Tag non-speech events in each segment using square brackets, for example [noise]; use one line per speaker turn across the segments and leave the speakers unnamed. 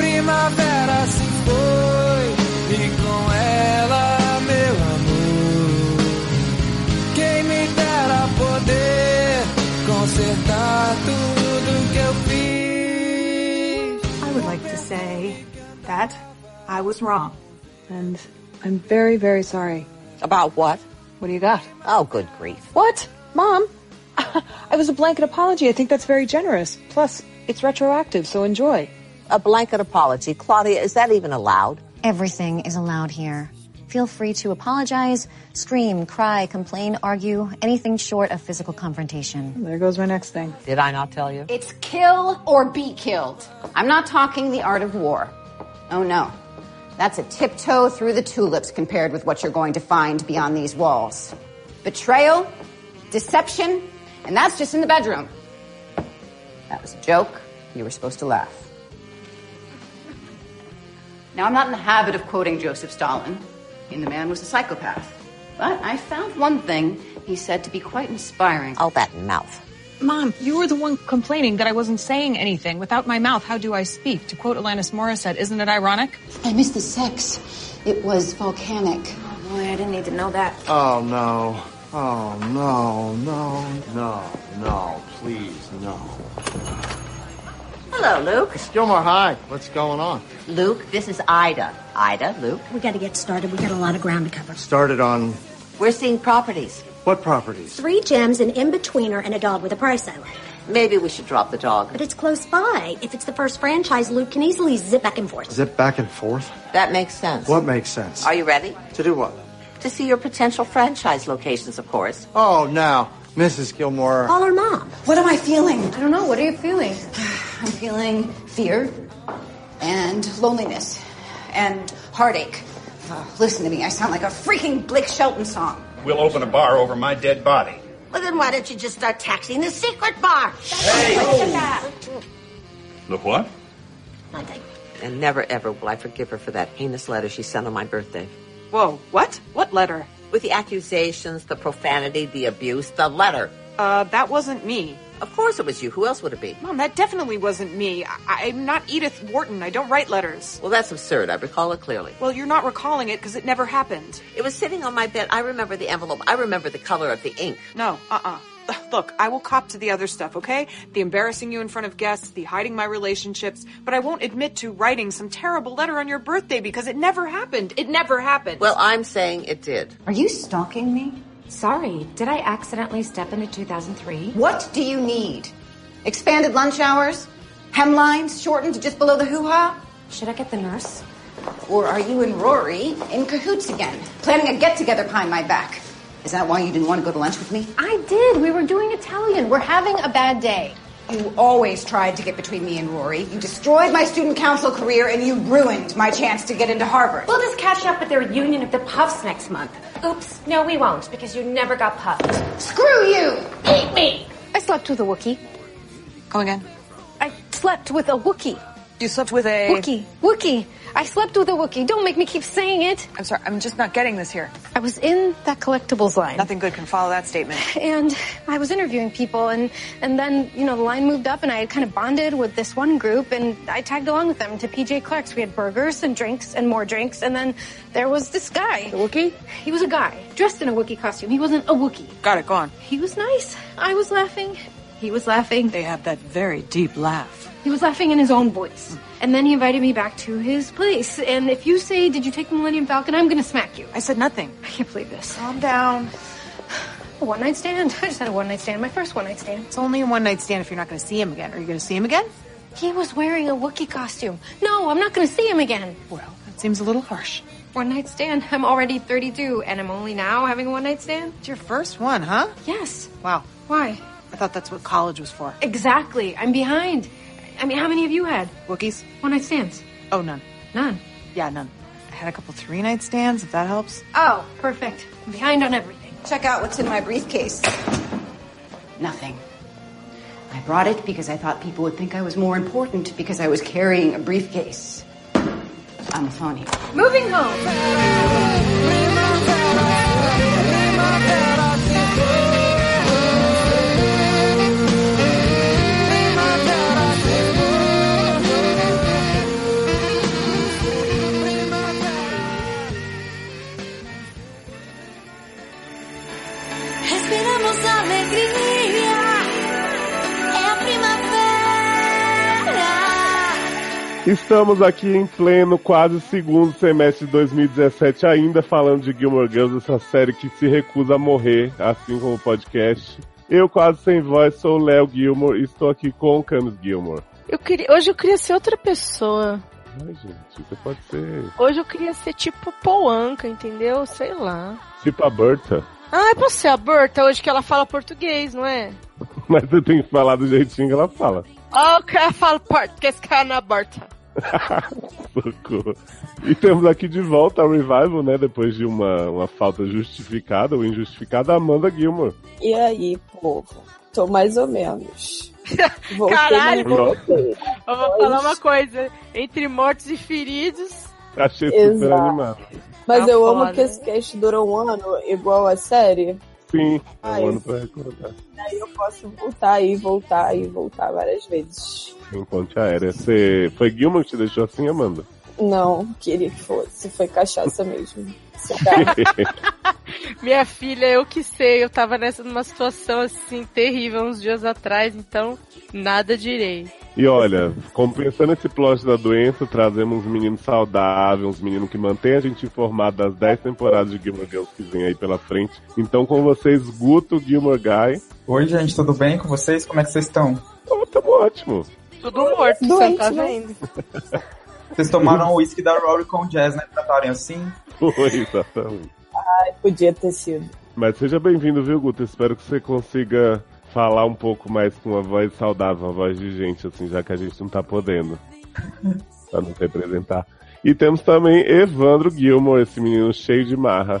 primavera se foi e com ela meu amor. Quem me dera poder consertar tudo que eu fiz.
I would like to say that I was wrong.
And I'm very, very sorry.
About what?
What do you got?
Oh, good grief.
What? Mom? [laughs] I was a blanket apology. I think that's very generous. Plus, it's retroactive, so enjoy.
A blanket apology. Claudia, is that even allowed?
Everything is allowed here. Feel free to apologize, scream, cry, complain, argue, anything short of physical confrontation.
There goes my next thing.
Did I not tell you?
It's kill or be killed. I'm not talking the art of war. Oh no. That's a tiptoe through the tulips compared with what you're going to find beyond these walls. Betrayal, deception, and that's just in the bedroom. That was a joke. You were supposed to laugh. Now, I'm not in the habit of quoting Joseph Stalin. I mean, the man was a psychopath. But I found one thing he said to be quite inspiring.
Oh, that mouth.
Mom, you were the one complaining that I wasn't saying anything. Without my mouth, how do I speak? To quote Alanis Morissette, isn't it ironic?
I miss the sex. It was volcanic.
Oh, boy, I didn't need to know that.
Oh no. Oh no, no, no, no, please, no.
Hello, Luke.
Gilmore, hi. What's going on?
Luke, this is Ida. Ida, Luke.
We got to get started. We got a lot of ground to cover.
Started on
We're seeing properties.
what properties?
Three gems, an in-betweener, and a dog with a price I like.
Maybe we should drop the dog.
But it's close by. If it's the first franchise, Luke can easily zip back and forth.
Zip back and forth?
That makes sense.
What makes sense?
Are you ready?
to do what?
To see your potential franchise locations, of course.
Oh, now, Mrs. Gilmore.
Call her mom.
What am I feeling?
I don't know. What are you
[sighs]
feeling?
I'm feeling fear and loneliness and heartache. Uh, listen to me. I sound like a freaking Blake Shelton song.
We'll open a bar over my dead body.
Well, then why don't you just start taxing the secret bar?
The what?
Nothing.
And never ever will I forgive her for that heinous letter she sent on my birthday.
Whoa, what? What letter?
With the accusations, the profanity, the abuse, the letter.
Uh, that wasn't me.
Of course it was you. Who else would it be?
Mom, that definitely wasn't me. I- I'm not Edith Wharton. I don't write letters.
Well, that's absurd. I recall it clearly.
Well, you're not recalling it because it never happened.
It was sitting on my bed. I remember the envelope. I remember the color of the ink.
No, uh-uh. Look, I will cop to the other stuff, okay? The embarrassing you in front of guests, the hiding my relationships, but I won't admit to writing some terrible letter on your birthday because it never happened. It never happened.
Well, I'm saying it did.
Are you stalking me?
Sorry, did I accidentally step into 2003?
What do you need? Expanded lunch hours? Hemlines shortened to just below the hoo ha?
Should I get the nurse?
Or are you and Rory in cahoots again, planning a get together behind my back? Is that why you didn't want to go to lunch with me?
I did. We were doing Italian. We're having a bad day.
You always tried to get between me and Rory. You destroyed my student council career and you ruined my chance to get into Harvard.
We'll just catch up at the reunion of the Puffs next month. Oops, no, we won't because you never got puffed.
Screw you!
Eat me! I slept with a Wookiee.
Go again.
I slept with a Wookiee.
You slept with a.
Wookiee. Wookiee. I slept with a Wookiee. Don't make me keep saying it.
I'm sorry, I'm just not getting this here.
I was in that collectibles line.
Nothing good can follow that statement.
and I was interviewing people and and then you know the line moved up and I had kind of bonded with this one group and I tagged along with them to PJ Clark's. We had burgers and drinks and more drinks and then there was this guy. A Wookie? He was a guy dressed in a Wookiee costume. He wasn't a Wookiee.
Got it, go on.
He was nice. I was laughing. He was laughing.
they have that very deep laugh.
He was laughing in his own voice. And then he invited me back to his place. And if you say, "Did you take the Millennium Falcon?" I'm gonna smack you.
I said nothing.
I can't believe this.
Calm down.
A one night stand. [laughs] I just had a one night stand. My first one night stand.
It's only a one night stand if you're not going to see him again. Are you going to see him again?
He was wearing a Wookiee costume. No, I'm not gonna see him again.
Well, that seems a little harsh.
One night stand. I'm already 32 and I'm only now having a one night stand?
It's your first one, huh?
Yes.
Wow.
Why?
I thought that's what college was for.
Exactly. I'm behind. I mean, how many of you had
Wookiees?
one night stands?
Oh, none.
None.
Yeah, none. I had a couple three night stands, if that helps.
Oh, perfect. I'm behind on everything.
Check out what's in my briefcase. Nothing. I brought it because I thought people would think I was more important because I was carrying a briefcase. I'm a phony.
Moving home.
Estamos aqui em pleno quase segundo semestre de 2017 ainda falando de Gilmore Girls, essa série que se recusa a morrer, assim como o podcast. Eu quase sem voz sou o Léo Gilmore e estou aqui com o Camis Gilmore.
Eu queria, hoje eu queria ser outra pessoa.
Ai, gente, você pode ser
Hoje eu queria ser tipo Poanca, entendeu? Sei lá.
tipo a Berta,
Ah, eu posso ser a Berta hoje que ela fala português, não é?
[laughs] mas eu tenho que falar do jeitinho que ela fala.
Ah, o cara fala português, cara na Berta.
[laughs] Socorro. E temos aqui de volta a Revival, né? Depois de uma, uma falta justificada ou injustificada, a Amanda Gilmore.
E aí, povo? Tô mais ou
[laughs]
menos. Voltei,
Caralho,
mas voltei.
Eu vou falar uma coisa. Entre mortos e feridos.
Achei super
Exato.
animado.
Mas
Tá
eu
foda.
amo que esse cast durou um ano, igual a série.
Sim, é
Ai,
um ano pra recordar.
Daí eu posso voltar e voltar e voltar várias vezes.
Em ponte aérea. Você... Foi Gilmore que te deixou assim, Amanda?
Não, queria que fosse. Foi cachaça mesmo.
Minha filha, eu que sei, eu tava nessa numa situação assim terrível uns dias atrás, então nada direi.
E olha, compensando esse plot da doença, trazemos uns meninos saudáveis, uns meninos que mantêm a gente informado das 10 temporadas de Gilmore Girls que vem aí pela frente. Então com vocês, Guto Gilmore Guy.
Oi, gente, tudo bem com vocês? Como é que vocês estão?
Tamo ótimo.
Tudo morto,
Doente,
você tá
né?
vendo?
Vocês tomaram o uísque da Rory com Jazz, né? Tratarem assim?
Foi, exatamente.
Ai, podia ter sido.
Mas seja bem-vindo, viu, Guto? Espero que você consiga falar um pouco mais com uma voz saudável, uma voz de gente, assim, já que a gente não tá podendo. pra nos representar. E temos também Evandro Gilmore, esse menino cheio de marra.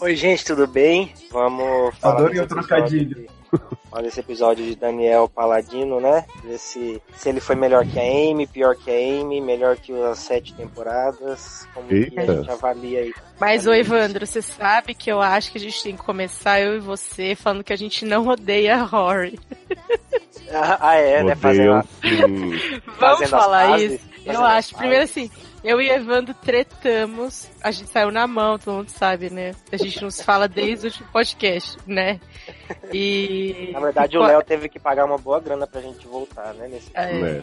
Oi, gente, tudo bem? Vamos falar.
Adorei
desse
o
episódio
trocadilho.
de- Olha esse episódio de Daniel Paladino, né? Ver se, se ele foi melhor que a Amy, pior que a Amy, melhor que as sete temporadas. Como que a
Eita.
gente avalia aí?
Mas o Evandro, você sabe que eu acho que a gente tem que começar eu e você falando que a gente não odeia a Rory.
Ah, ah, é, né? Fazendo, a-
Vamos
fazendo as
falar
pazes,
isso. Eu
fazendo as
acho, primeiro assim, eu e Evandro tretamos, a gente saiu na mão, todo mundo sabe, né? A gente não se fala desde o último podcast, né? E
Na verdade, o Léo teve que pagar uma boa grana pra gente voltar, né? Nesse...
né?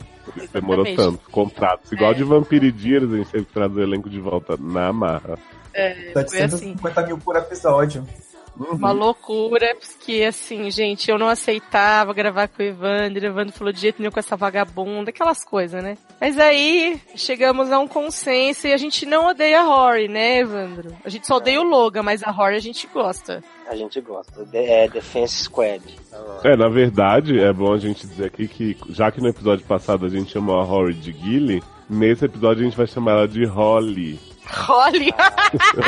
Demorou
Exatamente.
tanto. Contratos. Igual
É.
de Vampiridias, a gente teve que trazer o elenco de volta na marra.
É,
Tá
foi assim.
750 mil por episódio.
Uma loucura, porque assim, gente, eu não aceitava gravar com o Evandro, o Evandro falou de jeito nenhum com essa vagabunda, aquelas coisas, né? Mas aí chegamos a um consenso e a gente não odeia a Rory, né, Evandro? A gente só odeia o Logan, mas a Rory a gente gosta.
A gente gosta. De- é Defense Squad. Então,
É, na verdade, é bom a gente dizer aqui que, já que no episódio passado a gente chamou a Rory de Gilly, nesse episódio a gente vai chamar ela de Holly.
Olha!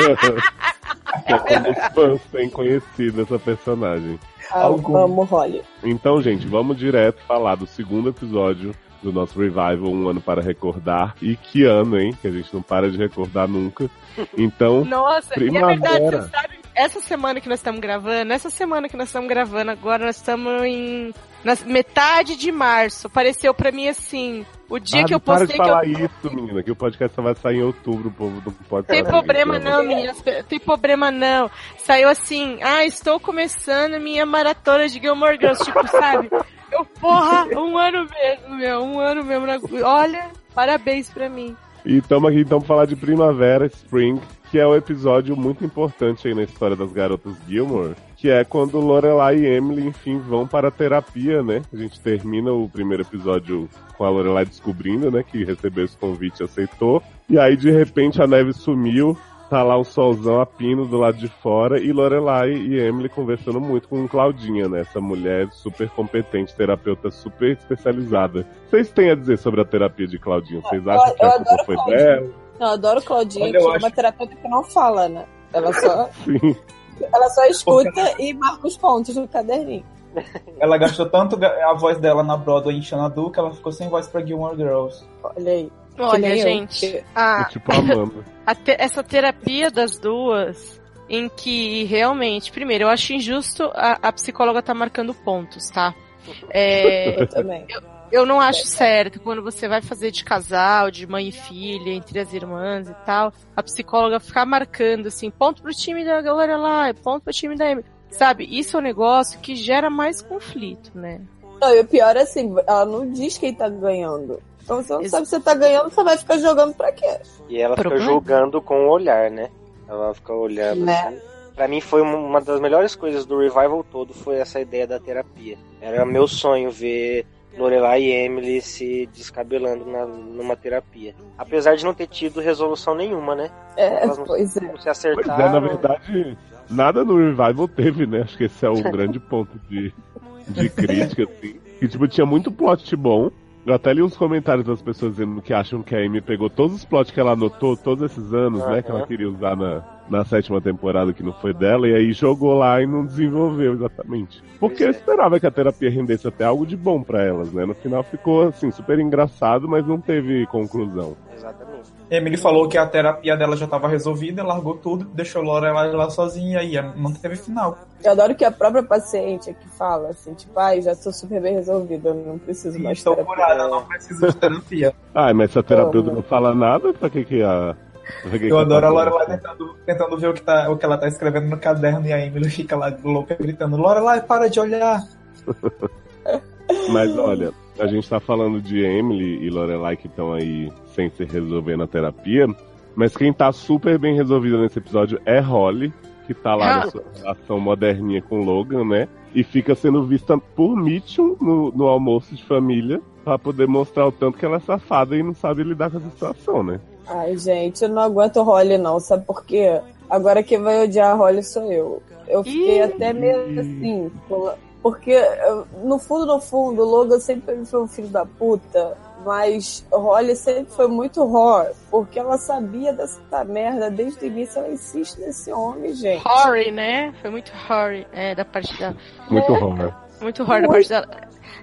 que é como os fãs têm conhecido essa personagem.
Amo, amo Holly.
Então, gente, vamos direto falar do segundo episódio do nosso revival, Um Ano para Recordar. E que ano, hein? Que a gente não para de recordar nunca. Então,
Nossa, e é verdade,
primavera.
você sabe, essa semana que nós estamos gravando, essa semana que nós estamos gravando agora, nós estamos em na metade de março. Apareceu pra mim assim, o dia
Ah,
que eu
não para
postei
de
que eu
falar isso, menina, que o podcast só vai sair em outubro, o povo não pode
Tem
saber
problema
disso,
não, meninas. Tem problema não. Saiu assim, ah, estou começando minha maratona de Gilmore Girls, tipo, sabe? Eu, porra, um ano mesmo, meu, um ano mesmo. na- Olha, parabéns pra mim.
E estamos aqui então pra falar de Primavera, Spring, que é um episódio muito importante aí na história das garotas Gilmore, que é quando Lorelai e Emily, enfim, vão para a terapia, né? A gente termina o primeiro episódio com a Lorelai descobrindo, né, que recebeu esse convite e aceitou. E aí, de repente, a neve sumiu, tá lá um solzão a pino do lado de fora e Lorelai e Emily conversando muito com Claudinha, né? Essa mulher super competente, terapeuta super especializada. Vocês têm a dizer sobre a terapia de Claudinha? Vocês acham que
eu
a culpa
adoro
foi
Claudinha.
dela?
Não, eu adoro Claudinha,
Olha, eu
que é uma
acho-
terapeuta que não fala, né? Ela só,
Sim.
ela só escuta e marca os pontos no caderninho.
Ela gastou tanto ga- a voz dela na Broadway em Xanadu que ela ficou sem voz pra Gilmore Girls.
Olha aí.
Olha, gente, a,
Tipo a Amanda.
a te- essa terapia das duas, em que realmente, primeiro, eu acho injusto a, a psicóloga tá marcando pontos, tá? É,
Eu também.
Eu não acho certo quando você vai fazer de casal, de mãe e filha, entre as irmãs e tal, a psicóloga ficar marcando assim, ponto pro time da galera lá, ponto pro time da Emily. Sabe, isso é um negócio que gera mais conflito, né?
Não, e o pior é assim, ela não diz quem tá ganhando. Então você não sabe se você tá ganhando, você vai ficar jogando pra quê?
E ela fica
Problema.
julgando com o olhar, né? Ela fica olhando
Né.
assim. Pra mim foi uma- uma das melhores coisas do revival todo foi essa ideia da terapia. Era meu sonho ver Lorelai e Emily se descabelando na- numa terapia. Apesar de não ter tido resolução nenhuma, né?
É,
Elas não,
pois é.
não se
Pois é, na
acertaram.
verdade, nada no Revival teve, né? Acho que esse é o grande ponto de, de crítica, assim. Que, tipo, tinha muito plot bom. Eu até li uns comentários das pessoas dizendo que acham que a Amy pegou todos os plots que ela anotou todos esses anos, né? Que ela
Aham.
queria usar na, na sétima temporada que não foi dela, e aí jogou lá e não desenvolveu exatamente. Porque eu esperava que a terapia rendesse até algo de bom pra elas, né? No final ficou, assim, super engraçado, mas não teve conclusão.
Exatamente.
Emily falou que a terapia dela já estava resolvida, largou tudo, deixou Lorelai lá sozinha e não teve final.
Eu adoro que a própria paciente aqui fala assim, tipo, ai, já sou super bem resolvida, não preciso mais
Estou
terapia."
curada, não preciso
[laughs]
de terapia.
Ah, mas se a terapeuta não fala nada, pra que que a... pra que que
Eu adoro a
terapeuta-
Lorelai tentando, tentando ver o que, tá, o que ela tá escrevendo no caderno e a Emily fica lá louca gritando: Lorelai, para de olhar!
Mas olha, a gente tá falando de Emily e Lorelai que estão aí sem se resolver na terapia, mas quem tá super bem resolvida nesse episódio é Holly, que tá lá na sua relação moderninha com Logan, né? E fica sendo vista por Mitchell no, no almoço de família pra poder mostrar o tanto que ela é safada e não sabe lidar com essa situação, né?
Ai, gente, eu não aguento Holly, não, sabe por quê? Agora quem vai odiar a Holly sou eu. Eu fiquei até meio assim, pela- porque eu- no fundo, no fundo, o Logan sempre foi um filho da puta, mas Holly sempre foi muito horror, porque ela sabia dessa merda desde o início, ela insiste nesse homem, gente.
Horry, né? Foi muito horry, é, da parte dela.
Muito horror.
Muito horror da parte dela.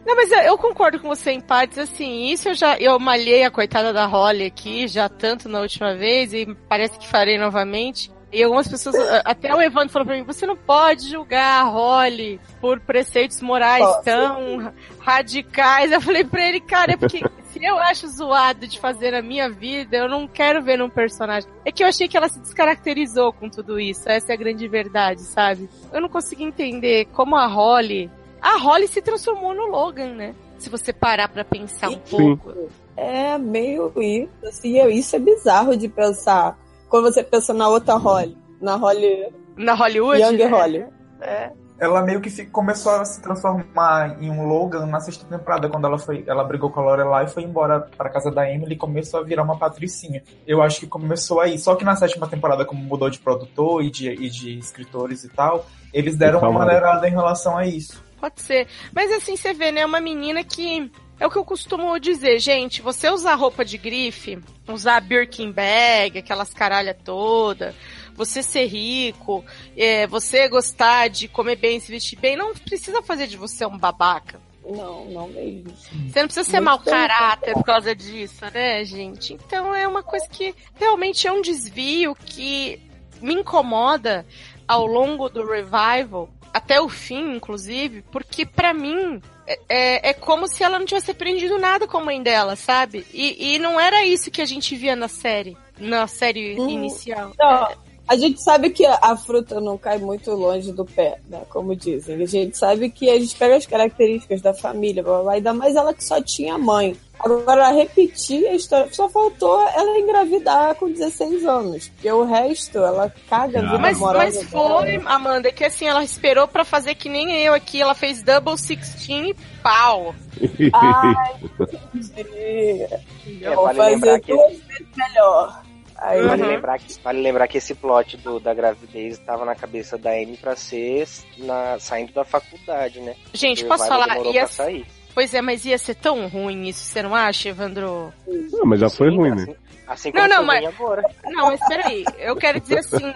Não, mas eu, eu concordo com você em partes, assim, isso eu já, eu malhei a coitada da Holly aqui, já tanto na última vez, e parece que farei novamente. E algumas pessoas, a- até o Evandro falou pra mim, você não pode julgar a Holly por preceitos morais
Posso.
tão radicais. Eu falei pra ele, cara, é [laughs] porque se eu acho zoado de fazer a minha vida, eu não quero ver num personagem. É que eu achei que ela se descaracterizou com tudo isso, essa é a grande verdade, sabe? Eu não consegui entender como a Holly, a Holly se transformou no Logan, né? Se você parar pra pensar um pouco.
É meio isso, assim, eu- isso é bizarro de pensar. Quando você pensa na outra Holly, na Holly.
Na Hollywood?
Young
né?
Holly.
É.
Ela meio que fi- começou a se transformar em um Logan na sexta temporada, quando ela foi, ela brigou com a Lorelai e foi embora pra casa da Emily e começou a virar uma patricinha. Eu acho que começou aí. Só que na sétima temporada, como mudou de produtor e de, e de escritores e tal, eles deram uma
Calma.
maneirada em relação a isso.
Pode ser. Mas assim, você vê, né? Uma menina que. É o que eu costumo dizer, gente. Você usar roupa de grife, usar Birkin bag, aquelas caralha toda, você ser rico, é, você gostar de comer bem, se vestir bem, não precisa fazer de você um babaca.
Não, não mesmo.
Você não precisa ser
Muito
mau
bem.
caráter por causa disso, né, gente? Então é uma coisa que realmente é um desvio que me incomoda ao longo do revival, até o fim, inclusive, porque pra mim é- é, é como se ela não tivesse aprendido nada com a mãe dela, sabe? E, e não era isso que a gente via na série, na série
Mm.
Hum,
inicial.
Não, a gente sabe que a fruta não cai muito longe do pé, né? Como dizem. A gente sabe que a gente pega as características da família, blá, blá, blá, ainda mais ela que só tinha mãe. Agora, repetir a história, só faltou ela engravidar com 16 anos, porque o resto ela caga na
Mas,
moral
mas
dela.
né?
foi, Amanda, que assim, ela esperou pra fazer que nem eu aqui, ela fez double 16 e
[laughs]
pau.
É,
Vou
vale lembrar
fazer
que-
duas vezes melhor. Aí, né?
Vale, lembrar que, vale lembrar que esse plot do- da gravidez estava na cabeça da Amy pra ser na- saindo da faculdade, né?
Gente,
O
posso
Revival
falar?
Demorou
Ia
pra
ser-
sair.
Pois é, mas ia ser tão ruim isso, você não acha, Evandro?
Ah, mas já foi ruim, né?
Assim
Não,
como
não,
foi
mas.
ruim agora.
Não, mas peraí. Eu quero dizer assim.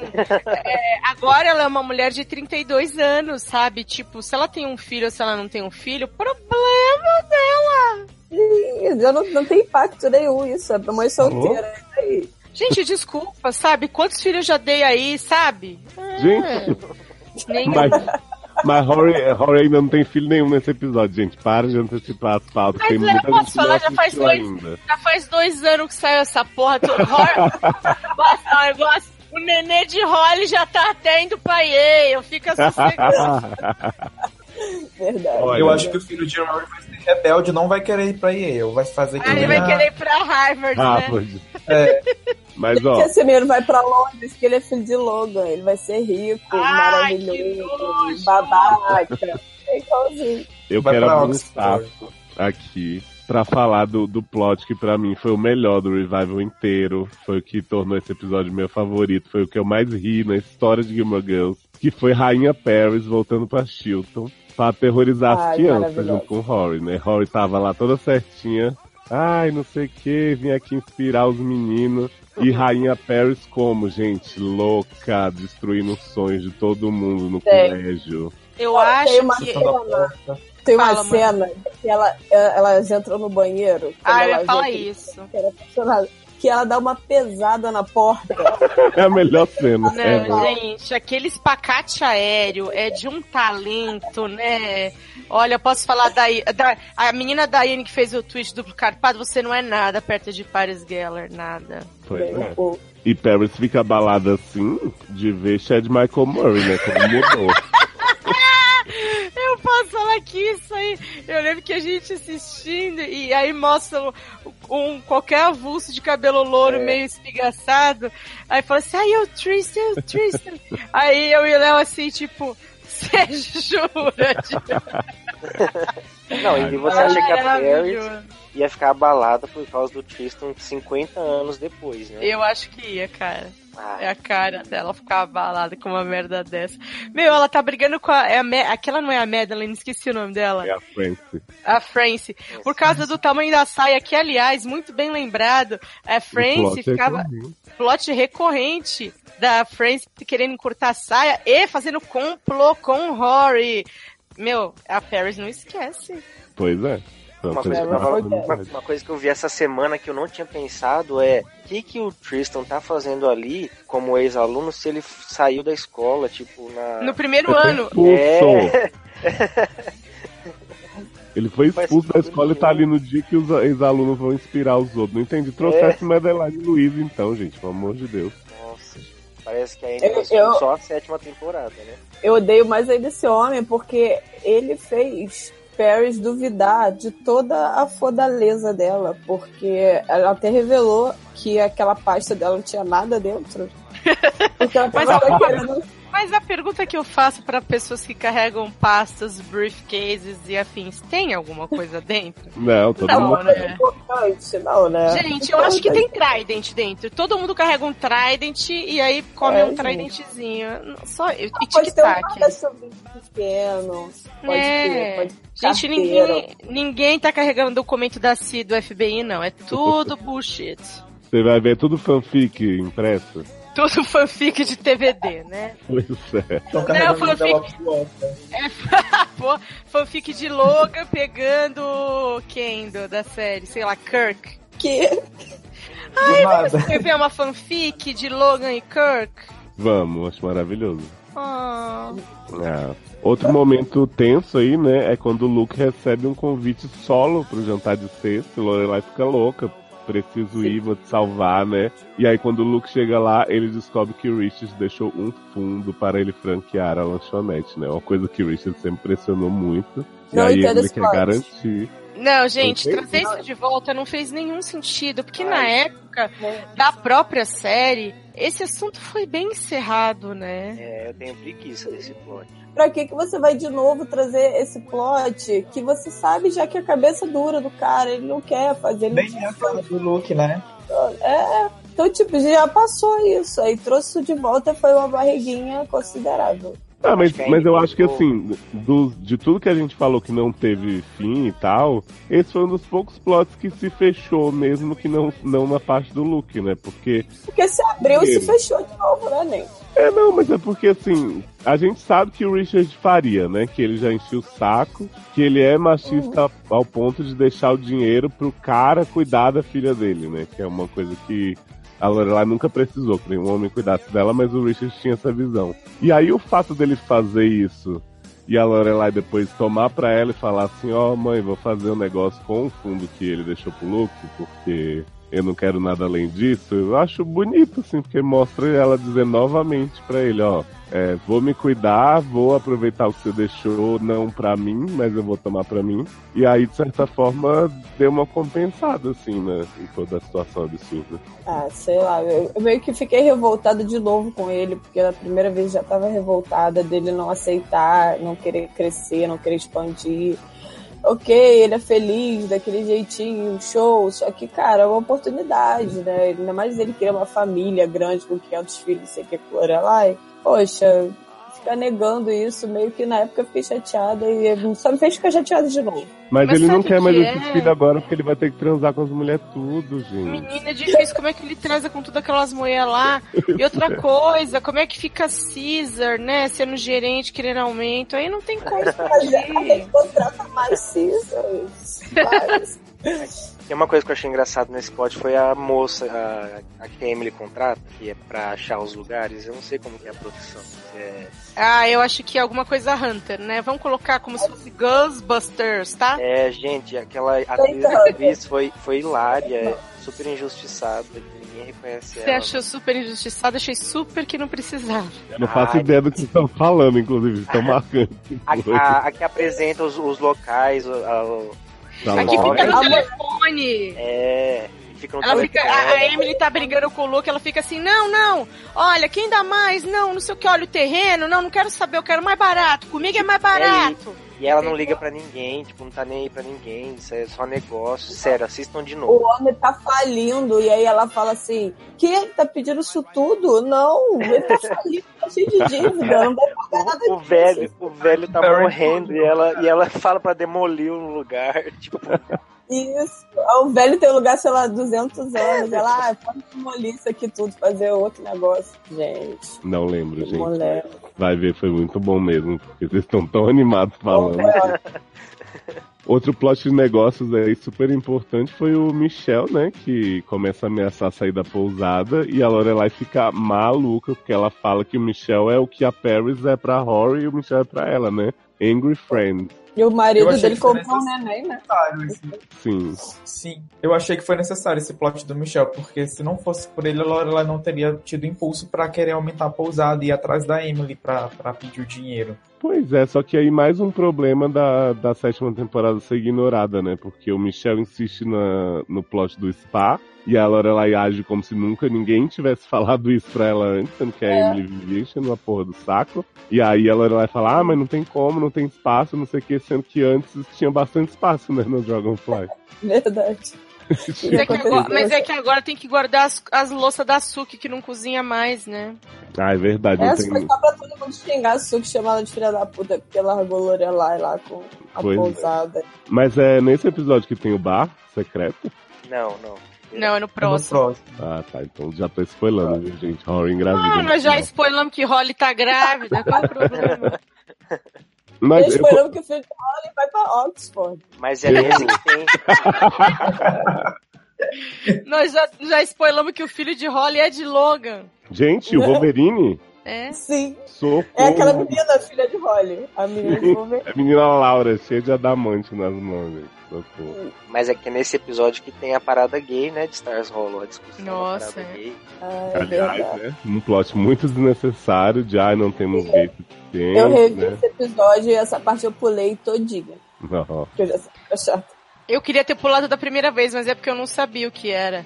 é, agora ela é uma mulher de 32 anos, sabe? Tipo, se ela tem um filho ou se ela não tem um filho, problema dela!
Ih, Já não, não tem impacto nenhum isso, é pra mãe
Tá
solteira. Aí.
Gente, desculpa, sabe? Quantos filhos eu já dei aí, sabe? Ah,
Gente.
nem-
Mas, mas Rory, Rory ainda não tem filho nenhum nesse episódio, gente. Para de antecipar as pautas. Tem
Mas eu
muita
posso
gente que não
falar, já faz,
assistiu
dois,
ainda.
já faz dois anos que saiu essa porra. Tô, Hor-
[laughs]
Basta um negócio. O nenê de Holly já tá até indo pra Yale, fica sossegado.
Verdade.
eu acho que o filho de Rory vai ser rebelde, não vai querer ir pra Yale, vai fazer que
Ah, ele
nem
vai
a-
querer ir pra Harvard,
Ah,
né?
Harvard.
É.
Mas ó,
Porque esse menino vai pra Londres, que ele é filho de Logan. Ele vai ser rico,
Ai,
maravilhoso, babaca. É igualzinho.
eu
Vai
quero
pra
abrir um
Oxford.
espaço aqui pra falar do, do plot que pra mim foi o melhor do revival inteiro. Foi o que tornou esse episódio meu favorito. Foi o que eu mais ri na história de Gilmore Girls. Que foi Rainha Paris voltando pra Chilton pra aterrorizar as
Ai,
crianças
maravilhoso.
junto com o Rory, né? Rory tava lá toda certinha. Ai, não sei o que, vim aqui inspirar os meninos. E Rainha Paris como, gente? Louca, destruindo os sonhos de todo mundo no
Tem.
colégio.
Eu
Ó,
acho
tem uma
que.
cena- Tem uma
Fala, mãe.
cena que ela, elas entram no banheiro. quando
Ah, eu
ela
ia falar
vê que-
isso.
que era apaixonada, Que ela dá uma pesada na porta.
É a melhor cena.
Não,
ever.
gente, aquele espacate aéreo é de um talento, né? Olha, eu posso falar da, da a menina Daiane que fez o tweet duplo carpado, você não é nada perto de Paris Geller, nada.
Pois é. E Paris fica abalada assim de ver Chad Michael Murray, né? Como mudou.
Eu posso falar que isso aí. Eu lembro que a gente assistindo e aí mostra um, um- qualquer avulso de cabelo louro
É.
meio espigaçado. Aí fala assim: ai, é o Tristan, é o Tristan. [laughs] aí eu e o Léo assim, tipo, [laughs] você jura?
Não, e você acha que é a
Maravilhoso.
Paris ia ficar abalada por causa do Tristan 50 anos depois, né?
Eu acho que ia, cara.
Ah.
É a cara dela ficar abalada com uma merda dessa. Meu, ela tá brigando com a. É a Ma- Aquela não é a Madeline, esqueci o nome dela.
É a Francie.
A Francie. Por causa do tamanho da saia, que, aliás, muito bem lembrado, a
O
Francie
plot é
ficava.
comum.
Plot recorrente da Francie querendo encurtar a saia e fazendo complô com o Rory. Meu, a Paris não esquece.
Pois é. Então,
Uma
vocês
coisa,
falam
uma-
a
uma-
verdade.
uma coisa que eu vi essa semana que eu não tinha pensado é o que, que o Tristan tá fazendo ali como ex-aluno se ele f- saiu da escola, tipo, na.
No primeiro
Foi
ano.
expulso.
É.
Ele foi
Faz
expulso da
tudo
escola e tá ali no dia que os ex-alunos vão inspirar os outros. Não entendi. Trouxesse Madeline Luiz, então, gente, pelo amor de Deus.
Nossa, parece que ainda
Eu-
passou
eu-
só a sétima temporada, né?
Eu odeio mais ainda esse homem, porque ele fez Paris duvidar de toda a fodaleza dela, porque ela até revelou que aquela pasta dela não tinha nada
[laughs]
dentro. Porque ela
Mas
tava
a-
querendo-
Mas a pergunta que eu faço para pessoas que carregam pastas, briefcases e afins, tem alguma coisa dentro?
[laughs] Não, todo
Não,
mundo.
né?
Importante, não, né?
Gente, eu acho que tem Trident dentro. Todo mundo carrega um Trident e aí come
É,
um
gente.
Tridentzinho. Só e
Pode ter um
tic-tac.
guarda-chuvinho pequeno. Pode
É.
ter, pode ter
Gente,
carteira.
ninguém, ninguém tá carregando documento da CIA do FBI, não. É tudo bullshit.
Você vai ver tudo fanfic impresso. [laughs]
Tudo fanfic de TVD, né?
Pois é.
Estão
Não,
carregando
fanfic.
envelope do
né?
Oscar.
Pô, fanfic de Logan pegando quem do, da série, sei lá, Kirk.
Que
Do nada.
Escrever uma fanfic de Logan e Kirk.
Vamos, acho maravilhoso.
Ah.
Ah. Outro momento tenso aí, né? É quando o Luke recebe um convite solo pro jantar de sexta. e Lorelai fica louca. Preciso ir, vou te salvar, né? E aí, quando o Luke chega lá, ele descobre que o Richards deixou um fundo para ele franquear a lanchonete, né? Uma coisa que o Richards sempre pressionou muito. E
Não
aí,
entendo
ele
esse
quer
plot.
garantir.
Não, gente,
Ok.
trazer isso de volta não fez nenhum sentido, porque na época da própria série, esse assunto foi bem encerrado, né?
É, eu tenho preguiça desse plot.
Pra que, que você vai de novo trazer esse plot que você sabe já que a cabeça dura do cara, ele não quer fazer, ele
Nem é a cara do Luke, né?
não quer. É. Então, tipo, já passou isso. Aí trouxe isso de volta, foi uma barriguinha considerável.
Ah, mas,
Acho que a
mas eu
Ingrid
acho que
ficou-
assim, do, de tudo que a gente falou que não teve fim e tal, esse foi um dos poucos plots que se fechou, mesmo que não, não na parte do Luke, né? Porque.
Porque se abriu, É. se
Primeiro.
fechou de novo, né, Nen?
É, não, mas é porque assim, a gente sabe que o Richard faria, né? Que ele já encheu o saco, que ele é machista ao ponto de deixar o dinheiro pro cara cuidar da filha dele, né? Que é uma coisa que a Lorelai nunca precisou que nenhum homem cuidasse dela, mas o Richard tinha essa visão. E aí o fato dele fazer isso e a Lorelai depois tomar pra ela e falar assim, ó mãe, vou fazer um negócio com o fundo que ele deixou pro Luke, porque eu não quero nada além disso, eu acho bonito, assim, porque mostra ela dizer novamente pra ele, ó, é, vou me cuidar, vou aproveitar o que você deixou, não pra mim, hum, mas eu vou tomar pra mim. E aí, de certa forma, deu uma compensada, assim, né, em toda a situação absurda.
Ah, sei lá, eu, eu meio que fiquei revoltada de novo com ele, porque na primeira vez já tava revoltada dele não aceitar, não querer crescer, não querer expandir ok, ele é feliz daquele jeitinho, show, só que, cara, é uma oportunidade, né? Ainda mais ele cria uma família grande com 500 filhos, sei que é Lorelai. Poxa, ficar negando isso, meio que na época eu fiquei chateada e é só me fez ficar chateada de novo.
Mas,
Mas
ele não
sabe
quer
o
mais
que
esses
é?
filhos agora, porque ele vai ter que transar com as mulheres tudo, gente.
Menina, é difícil. Como é que ele transa com todas aquelas mulheres lá? E outra coisa, como é que fica Caesar, né? Sendo gerente, querendo aumento. Aí não tem como.
Mas aí contrata mais Caesar. Mas...
Tem uma coisa que eu achei engraçado nesse pod foi a moça, a, a que a Emily contrata, que é pra achar os lugares. Eu não sei como que é a profissão. se É,
Ah, eu acho que é alguma coisa Hunter, né? Vamos colocar como se fosse Ghostbusters, tá?
é, gente, aquela atriz,
Então.
atriz foi, foi hilária, é super injustiçada, ninguém reconhece
Você
ela.
achou super injustiçado, achei super que não precisava.
Não faço ideia do que vocês estão falando, inclusive,
[laughs]
vocês estão marcando.
A, a- a que apresenta os, os locais, o, a, o-
Tá
Aqui
bom.
fica no
né?
Amor.
telefone.
É, fica no
Ela
telefone.
fica, a, a Emily tá brigando com o Luke, ela fica assim, não, não, olha, quem dá mais? Não, não sei o que, olha o terreno, não, não quero saber, eu quero mais barato, comigo é mais barato.
E ela não liga pra ninguém, tipo, não tá nem aí pra ninguém, isso é só negócio. Sério, assistam de
O
novo.
homem tá falindo, e aí ela fala assim: que? Tá pedindo isso tudo? Não, ele tá falindo, tá cheio de dívida, não vai pagar nada
O velho, o velho tá morrendo e ela, e ela fala pra demolir um lugar. Tipo,
Isso. O velho tem um lugar, sei lá, 200 anos. Ela, ah, pode demolir isso aqui tudo, fazer outro negócio. Gente,
Não lembro, gente.
moleque.
Vai ver, foi muito bom mesmo, porque vocês estão tão animados falando. Outro plot de negócios aí super importante foi o Michel, né? Que começa a ameaçar sair da pousada e a Lorelai fica maluca, porque ela fala que o Michel é o que a Paris é pra Rory e o Michel é pra ela, né? Angry Friend,
E o
Eu
marido
achei
dele
que
comprou um neném, né?
assim. sim.
Sim, eu achei que foi necessário esse plot do Michel, porque se não fosse por ele, a Lorelai não teria tido impulso pra querer aumentar a pousada e ir atrás da Emily pra pra pedir o dinheiro.
Pois é, só que aí mais um problema da, da sétima temporada ser ignorada, né? Porque o Michel insiste na, no plot do spa e a Lorelai age como se nunca ninguém tivesse [laughs] falado isso pra ela antes, sendo que é a
É.
Emily vivia enchendo a porra do saco. E aí a Lorelai fala, ah, mas não tem como, não tem espaço, não sei o que, sendo que antes tinha bastante espaço, né, no Dragonfly.
Verdade.
Mas é, que agora, mas é que agora tem que guardar as, as louças da Suki que não cozinha mais, né?
Ah, é verdade,
Essa
não
foi
tem...
só pra todo mundo xingar a Suki chamada de filha da puta, porque largou Lorelai lá com a
Pois é.
pousada.
Mas é nesse episódio que tem o bar secreto?
não, não.
Não, é no próximo.
Ah, tá, então já tô
Ah.
spoilando, viu, gente? Rory engravida.
Ah,
no
nós já
final.
spoilamos que Holly tá grávida, qual o problema?
Mas
eu
eu-
esperando que o filho olhe e vai pra Oxford.
Mas
é esse
que tem.
Nós já, já spoilamos que o filho de Holly é de Logan.
Gente, o Wolverine?
É?
Sim.
Socorro.
É aquela menina, filha de Holly. A menina de Wolverine.
A menina Laura, cheia de adamante nas mãos, gente. Socorro.
Mas é que é nesse episódio que tem a parada gay, né? De Stars Hollow, a discussão da parada gay.
Aliás, né? Um plot muito desnecessário de ai, não temos gay suficiente.
Eu revi
né?
esse episódio e essa parte eu pulei todinha.
Não.
Que eu já sabia chato.
Eu queria ter pulado da primeira vez, mas é porque eu não sabia o que era.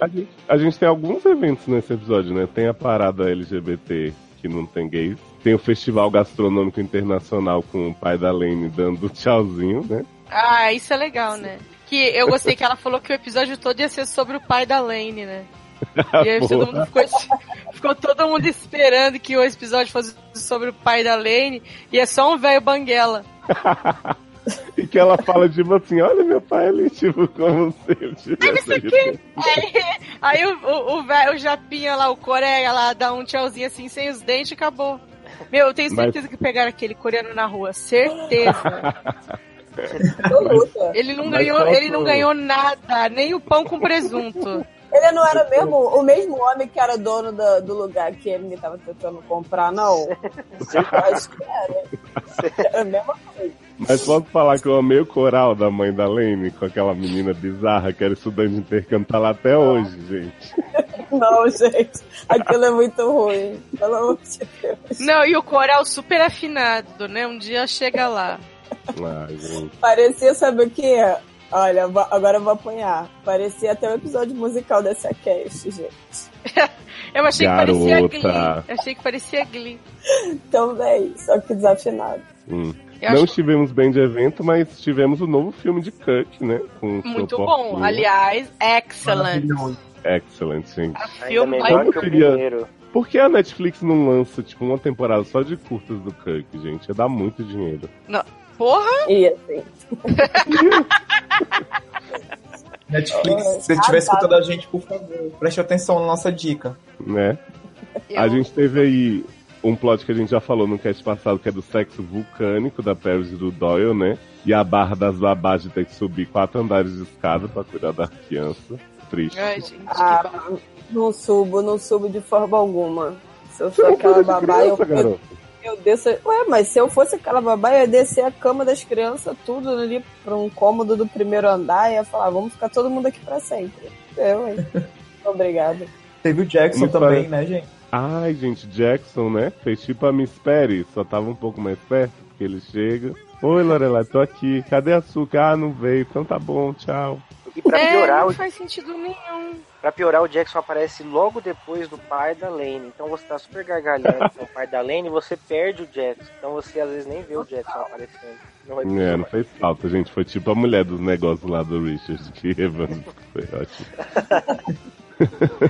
A gente, a gente tem alguns eventos nesse episódio, né? Tem a parada LGBT que não tem gays. Tem o Festival Gastronômico Internacional com o pai da Lane dando [laughs] tchauzinho, né?
Ah, isso é legal, né? Que eu gostei que ela falou que o episódio todo ia ser sobre o pai da
[laughs]
Lane, né? E aí todo mundo ficou, ficou todo mundo esperando que o episódio fosse sobre o pai da Lane e é só um velho banguela.
[laughs] E que ela fala tipo assim, olha meu pai ali, tipo, como se eu tivesse...
Que- Aí, aí o, o, o velho o Japinha lá, o Coreia lá, dá um tchauzinho assim sem os dentes e acabou. Meu, eu tenho
Mas-
certeza que pegaram aquele coreano na rua, certeza. né?
[laughs]
Ele não
Mas
ganhou,
qual
ele não
foi?
ganhou nada, nem o pão com presunto.
Ele não era mesmo o mesmo homem que era dono da- do, lugar que ele tava tentando comprar, não? Eu acho que era. Era a mesma coisa.
Mas posso falar que eu amei o coral da mãe da Lane com aquela menina bizarra que era estudante de intercâmbio, tá lá até hoje, gente.
[laughs] Não, gente. Aquilo é muito ruim. Pelo amor de Deus.
Não, e o coral super afinado, né? Um dia chega lá.
Ai, gente.
Parecia, sabe o que? Olha, va- agora eu vou apanhar. Parecia até um episódio musical dessa cast, gente.
Eu achei que parecia
Garota.
Glee. Eu achei que parecia Glee.
Também, Então, só que desafinado.
Hum.
Eu
Não
acho-
estivemos bem de evento, mas tivemos o novo filme de Cut, né? Com o
Muito
seu
bom.
porquinho.
Aliás, excellent.
Excelente, gente.
Filme-
melhor que o
eu queria-
primeiro.
Por que a Netflix não lança, tipo, uma temporada só de curtas do Kirk, gente? Ia dar muito dinheiro.
Não. Porra!
E assim.
Netflix, se você
Ah,
estiver
tá.
escutando a gente, por favor, preste atenção na nossa dica.
[laughs]
né? A gente teve aí um plot que a gente já falou no cast passado, que é do sexo vulcânico da Paris e do Doyle, né? E a barra das babás de ter que subir quatro andares de escada pra cuidar da criança. Triste.
Ai, gente,
Ah, não subo, não subo de forma alguma. Se eu
é
sou aquela babá, eu, eu, eu desço. Ué, mas se eu fosse aquela babá, eu ia descer a cama das crianças, tudo ali pra um cômodo do primeiro andar, e ia falar, "Ah, vamos ficar todo mundo aqui pra sempre. É, Eu, hein? Obrigada.
Teve o Jackson
Me parece-
também, né, gente?
Ai, gente, Jackson, né? Fez tipo a Miss Perry, só tava um pouco mais perto, porque ele chega. Oi, Lorelai, tô aqui. Cadê açúcar? Ah, não veio. Então tá bom, tchau.
E pra
é,
piorar,
não
o
faz sentido nenhum.
Pra piorar, o Jackson aparece logo depois do pai da Lane. Então você tá super gargalhando com o pai da Lane e você perde o Jackson. Então você às vezes nem vê o Jackson aparecendo. Não vai
É, não fez falta, gente. Foi tipo a mulher dos negócios lá do Richard que Evans. Foi ótimo.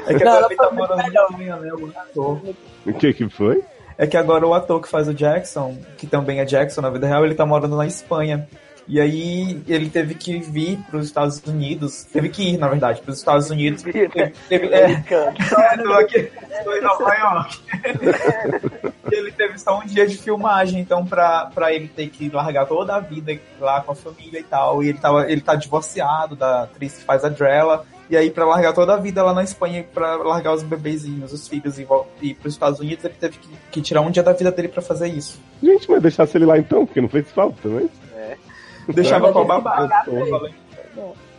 É que
Não,
agora
ela
ele tá
foi
morando
melhor.
em Miami, né, o ator.
O que que foi?
É que agora o ator que faz o Jackson, que também é Jackson na vida real, ele tá morando na Espanha. E aí ele teve que vir pros Estados Unidos, teve que ir, na verdade, pros Estados Unidos. Teve, teve, é, tô aqui, tô em Nova York. E ele teve só um dia de filmagem, então pra, pra ele ter que largar toda a vida lá com a família e tal. E ele, tava, ele tá divorciado da atriz que faz a Drella. E aí, pra largar toda a vida lá na Espanha, pra largar os bebezinhos, os filhos e, vol- e ir pros Estados Unidos, ele teve que, que tirar um dia da vida dele pra fazer isso.
Gente, mas deixasse ele lá então, porque não fez falta, né?
É.
Deixava com a babá.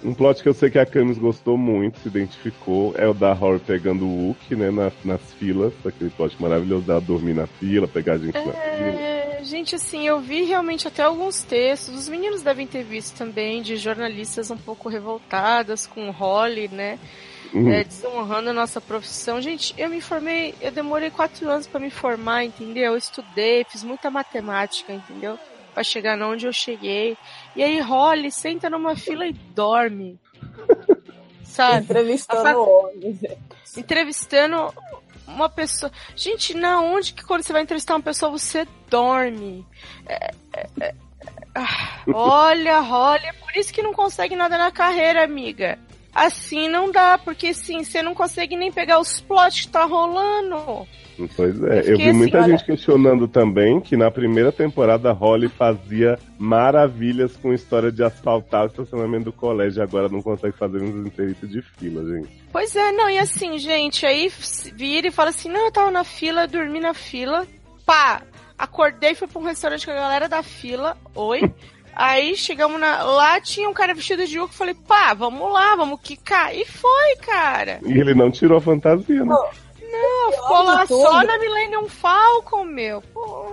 Um plot que eu sei que a Camis gostou muito, se identificou, é o da Horror pegando o Hulk, né, nas, nas filas, aquele plot maravilhoso dela dormir na fila, pegar a gente na fila.
É, gente, assim, eu vi realmente até alguns textos, os meninos devem ter visto também, de jornalistas um pouco revoltadas com o Holly, né?
Hum.
É, desonrando a nossa profissão. Gente, eu me formei, eu demorei quatro anos pra me formar, entendeu? Eu estudei, fiz muita matemática, entendeu? Pra chegar onde eu cheguei. E aí Holly senta numa fila e
[laughs]
dorme. Sabe?
Entrevistando
A fa-
homens.
entrevistando uma pessoa. Gente, na onde que quando você vai entrevistar uma pessoa você dorme? É, é, é, ah, olha, olha, é por isso que não consegue nada na carreira, amiga. Assim não dá, porque sim, você não consegue nem pegar os plots que tá rolando.
Pois é, eu, vi
assim,
muita
olha-
gente questionando também que na primeira temporada a Holly fazia maravilhas com história de asfaltar o estacionamento do colégio, e agora não consegue fazer uns interesse de fila, gente.
Pois é, não, e assim, gente, aí se vira e fala assim, não, eu tava na fila, dormi na fila, pá, acordei, fui pra um restaurante com a galera da fila, oi, aí chegamos na, lá, tinha um cara vestido de Hulk, falei, pá, vamos lá, vamos quicar, e foi, cara.
E ele não tirou a fantasia, né?
Não, ficou
de
lá
tudo.
só na Millennium Falcon, meu, pô.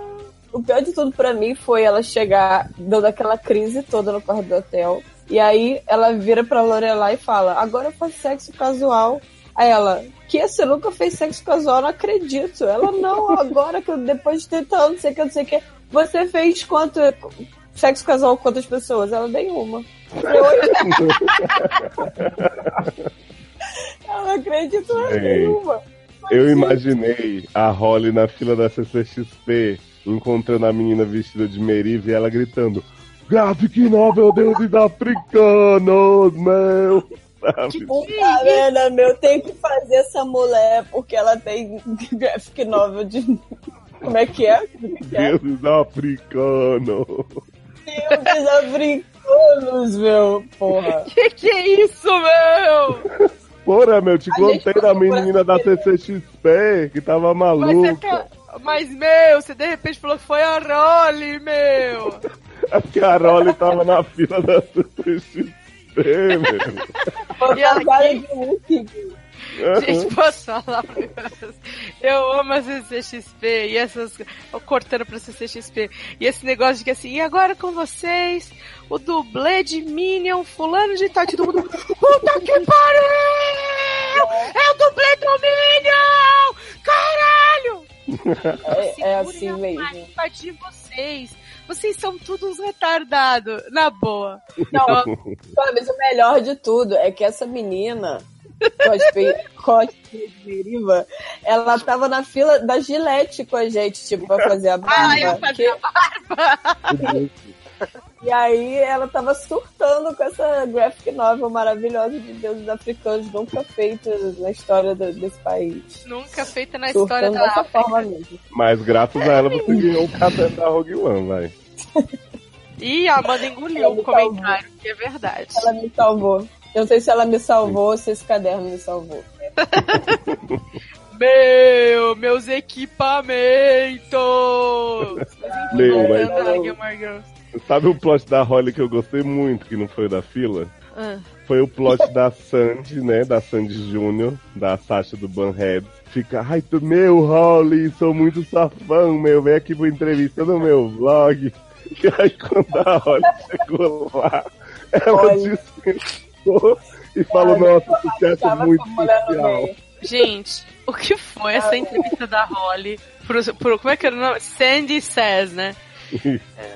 O pior de tudo pra mim foi ela chegar, dando aquela crise toda no quarto do hotel. E aí ela vira pra Lorelai e fala: Agora eu faço sexo casual. Aí ela, que você nunca fez sexo casual, não acredito. Ela, não, agora que eu- depois de 30 anos, não sei o que, não sei o que. Você fez quanto sexo casual com quantas pessoas? Ela, nenhuma. Eu, eu não acredito, ela,
Gente.
nenhuma.
Eu imaginei a Holly na fila da CCXP encontrando a menina vestida de Merive e ela gritando Graphic novel deuses africanos, meu! Sabe?
Puta merda, Tipo, tá meu, tem que fazer essa mulher porque ela tem graphic novel de. Como é que é? Como é que é?
Deuses africanos!
Deuses africanos, meu, porra.
Que que é isso, meu?
Porra, meu, te
A gente
contei da menina da CCXP que tava
Mas, você
maluca.
tá- mas, meu, você de repente falou que foi a Rolly, meu.
É porque a Rolly tava na fila da CCXP, velho.
[laughs]
E ela
é
Gente, posso falar pra vocês? Eu amo a CCXP e essas. eu Cortando pra CCXP. E esse negócio de que assim, e agora com vocês, o dublê de Minion, fulano de tal, de todo mundo. Puta que pariu! É o dublê do Minion! Caralho!
É, é assim mesmo.
culpa de vocês. Vocês são todos uns retardados, na boa. Então,
Não, mas o melhor de tudo é que essa menina, cosplay, cosplay de deriva, ela tava na fila da Gillette com a gente, tipo, pra fazer a barba.
Ah, eu
que- E aí ela tava surtando com essa graphic novel maravilhosa de deuses africanos nunca feita na história do- desse país.
Nunca feita na
Surtando
história da
dessa
África.
forma mesmo.
Mas graças a ela você ganhou o caderno da Rogue One, vai.
Ih, a Amanda engoliu
Ela me
o comentário, que é verdade.
Ela me salvou. Eu não sei se ela me salvou ou se esse caderno me salvou.
[laughs] Meu, meus equipamentos! Mas enfim,
Meu,
voltando
mas-
a Gilmore Girls.
Sabe o plot da Holly que eu gostei muito, que não foi da fila?
Ah.
Foi o plot da Sandy, né? Da Sandy Júnior, da Sasha do Bunhead. Fica, ai, tu, meu Holly, sou muito safão, meu, vem aqui pra entrevista no meu vlog. E aí, quando a Holly chegou lá, ela dispensou e falou, nossa, esse teto é muito especial.
Gente, o que foi essa entrevista da Holly pro, pro- Como é que era o nome? Sandy
[laughs]
Says, né?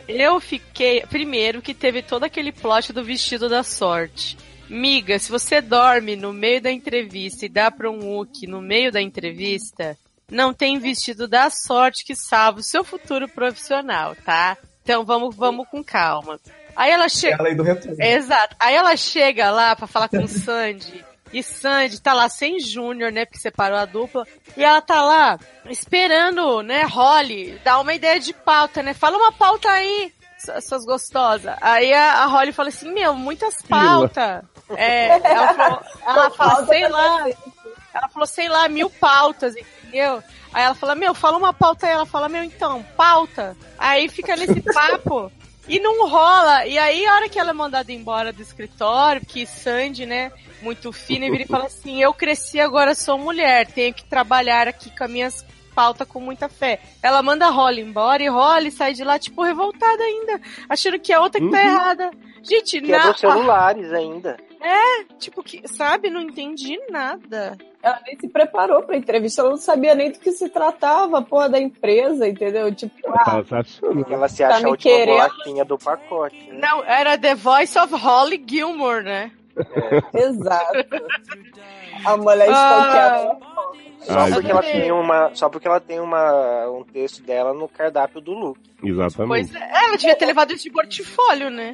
Eu fiquei. Primeiro que teve todo aquele plot do vestido da sorte. Miga, se você dorme no meio da entrevista e dá pra um Wookie no meio da entrevista, não tem vestido da sorte que salva o seu futuro profissional, tá? Então vamos, vamos com calma. Aí ela chega.
É a lei do retorno.
Exato. Aí ela chega lá pra falar com o Sandy. E Sandy tá lá sem Júnior, né? Porque separou a dupla. E ela tá lá esperando, né? Holly dar uma ideia de pauta, né? Fala uma pauta aí, su- suas gostosas. Aí a, a Holly fala assim: Meu, muitas pautas. É, ela falou, ela fala,
Pauta
sei lá. Ela falou, sei lá, mil pautas, entendeu? Aí ela fala, meu, fala uma pauta. Aí ela fala, meu, então, pauta. Aí fica nesse papo e não rola. E aí, a hora que ela é mandada embora do escritório, que Sandy, né, muito fina, e vira e fala assim, eu cresci, agora sou mulher, tenho que trabalhar aqui com as minhas pautas com muita fé. Ela manda a Holly embora e Holly sai de lá, tipo, revoltada ainda, achando que a outra que tá
Uhum.
errada. Gente,
é
Quebrou
ah,
na-
né?
celulares ainda.
É, tipo, que, sabe, não entendi nada.
Ela nem se preparou pra entrevista, ela não sabia nem do que se tratava, porra, da empresa, entendeu? Tipo, ah,
Ela se achando.
Ela se
Tá
acha
me
a última
querendo?
bolachinha do pacote. né?
Não, era The Voice of Holly Gilmore, né?
exato. A mulher
Ah.
stalkeada.
Só,
Ai,
porque ela
gente.
tem uma, só porque ela tem uma, um texto dela no cardápio do Luke.
Exatamente.
Pois é, ela devia ter levado isso de portfólio, né?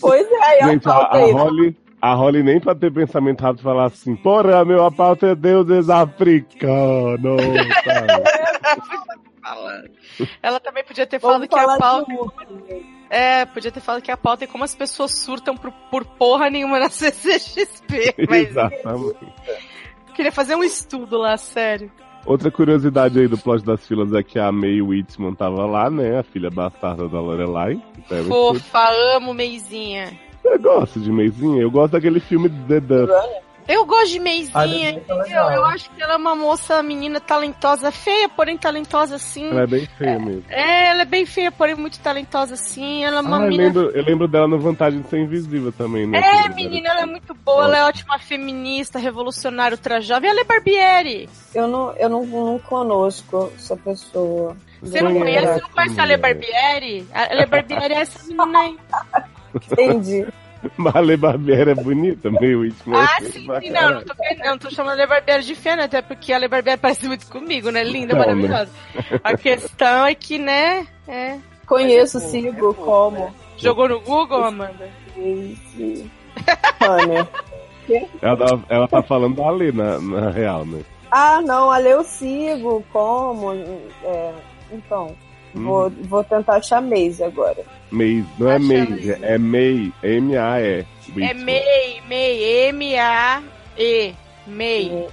Pois é, eu
Gente, a, a Holly, a Holly nem pra ter pensamento rápido falar assim, porra, meu, a pauta é deuses
[laughs]
africanos. sabe?
Ela também podia ter falado
Vamos
que a
falar
pauta.
de um.
É, podia ter falado que a pauta é como as pessoas surtam por, por porra nenhuma na CCXP. Mas
Exatamente.
queria fazer um estudo lá, sério.
Outra curiosidade aí do plot das filas é que a May Whitman tava lá, né? A filha bastarda da Lorelai. Então,
Fofa, amo Meizinha.
Eu gosto de Mayzinha, eu gosto daquele filme The Duff.
Eu gosto de
Ah,
Meizinha,
deve ser
entendeu?
legal.
Eu acho que ela é uma moça, menina talentosa, feia, porém talentosa sim.
Ela é bem feia mesmo.
É, ela é bem feia, porém muito talentosa sim. Ela é uma
Ah, eu
menina
lembro, eu lembro dela no Vantagem de Ser Invisível também, né?
É, menina, ela é muito boa, ela é ótima feminista, revolucionária, ultrajovem. Ela é Barbieri.
Eu não, eu não, não conosco essa pessoa.
Você não conhece, você não conhece a Ale Barbieri? A Ale Barbieri é essa menina aí.
[laughs]
Entendi.
Marley Barbieri é bonita, May Whitman. é
Ah,
feia
sim,
pra
sim, não,
caralho.
não tô, querendo- não tô chamando a Ale Barbieri de feia, né? Até porque a Ale Barbieri parece muito comigo, né? Linda,
Não, né?
maravilhosa. A questão é que, né? É.
Conheço, sigo, como.
Jogou no Google, Amanda?
Sim. Mano.
Ela, tá- ela tá falando da Ale, na, na real, né?
Ah, não, ali eu sigo, como. é, então, vou, vou tentar achar Maze agora.
Uhum. Maze, não é Maze, é May, M-A-E.
É MEI, MEI, M-A-E. MEI.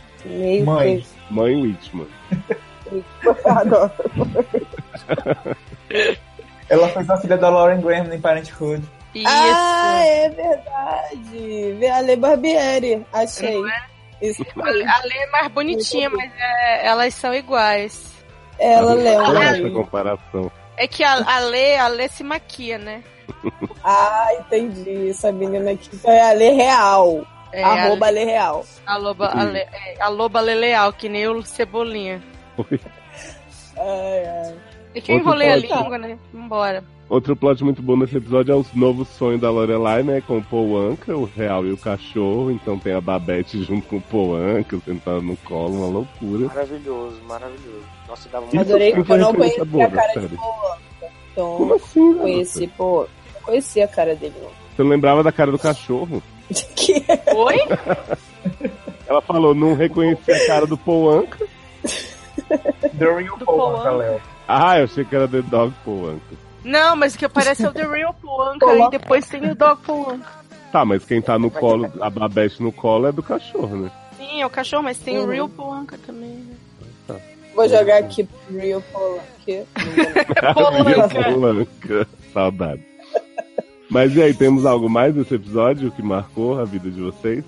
Maze.
Mãe. Mãe Whitman.
Adoro.
[laughs] Ela fez a filha da Lauren Graham em Parenthood.
Isso. Ah, é verdade. Vê a Le Barbieri, achei. Isso aí.
é? A Lê é mais bonitinha, mas é- elas são iguais.
Ela
Olha
lembra.
essa comparação.
É que a, a Lê, a Lê se maquia, né?
Ah, entendi. Essa menina aqui é a Lê Real.
É,
Arroba
a
a
Lê-
Lê Real.
A loba, a, Lê, é, a loba leleal, que nem o Cebolinha.
Ai, ai.
É que eu
Outro
enrolei a
pode.
língua, né? Vambora.
Outro plot muito bom nesse episódio é os novos sonhos da Lorelai, né? Com o Paul Anka, o Real e o cachorro. Então tem a Babette junto com o Paul Anka, sentado no colo, uma loucura.
Maravilhoso, maravilhoso. Nossa, dava muito
Adorei
Isso
porque eu não
foi uma
conhecia
coisa boa,
a cara
sério.
de Polanca. Então,
Como assim, garota?
conheci, pô. Não conhecia a cara dele, não.
Você não lembrava da cara do
[laughs]
cachorro?
Oi?
Ela falou, não reconheci a cara do Paul Anka.
The Real
né,
Paul Anka, Léo.
Ah, eu achei que era The Dog Paul Anka.
Não, mas o que aparece é o The Real Polanca e depois tem o Dog Polanca.
Tá, mas quem tá no colo, a Babette no colo é do cachorro, né?
Sim, é o cachorro, mas tem
Uhum.
o Real Polanca também. né?
Tá.
Vou jogar aqui Real Polanca.
[laughs] Polanca.
Polanca. Saudade. Mas e aí, temos algo mais desse episódio que marcou a vida de vocês?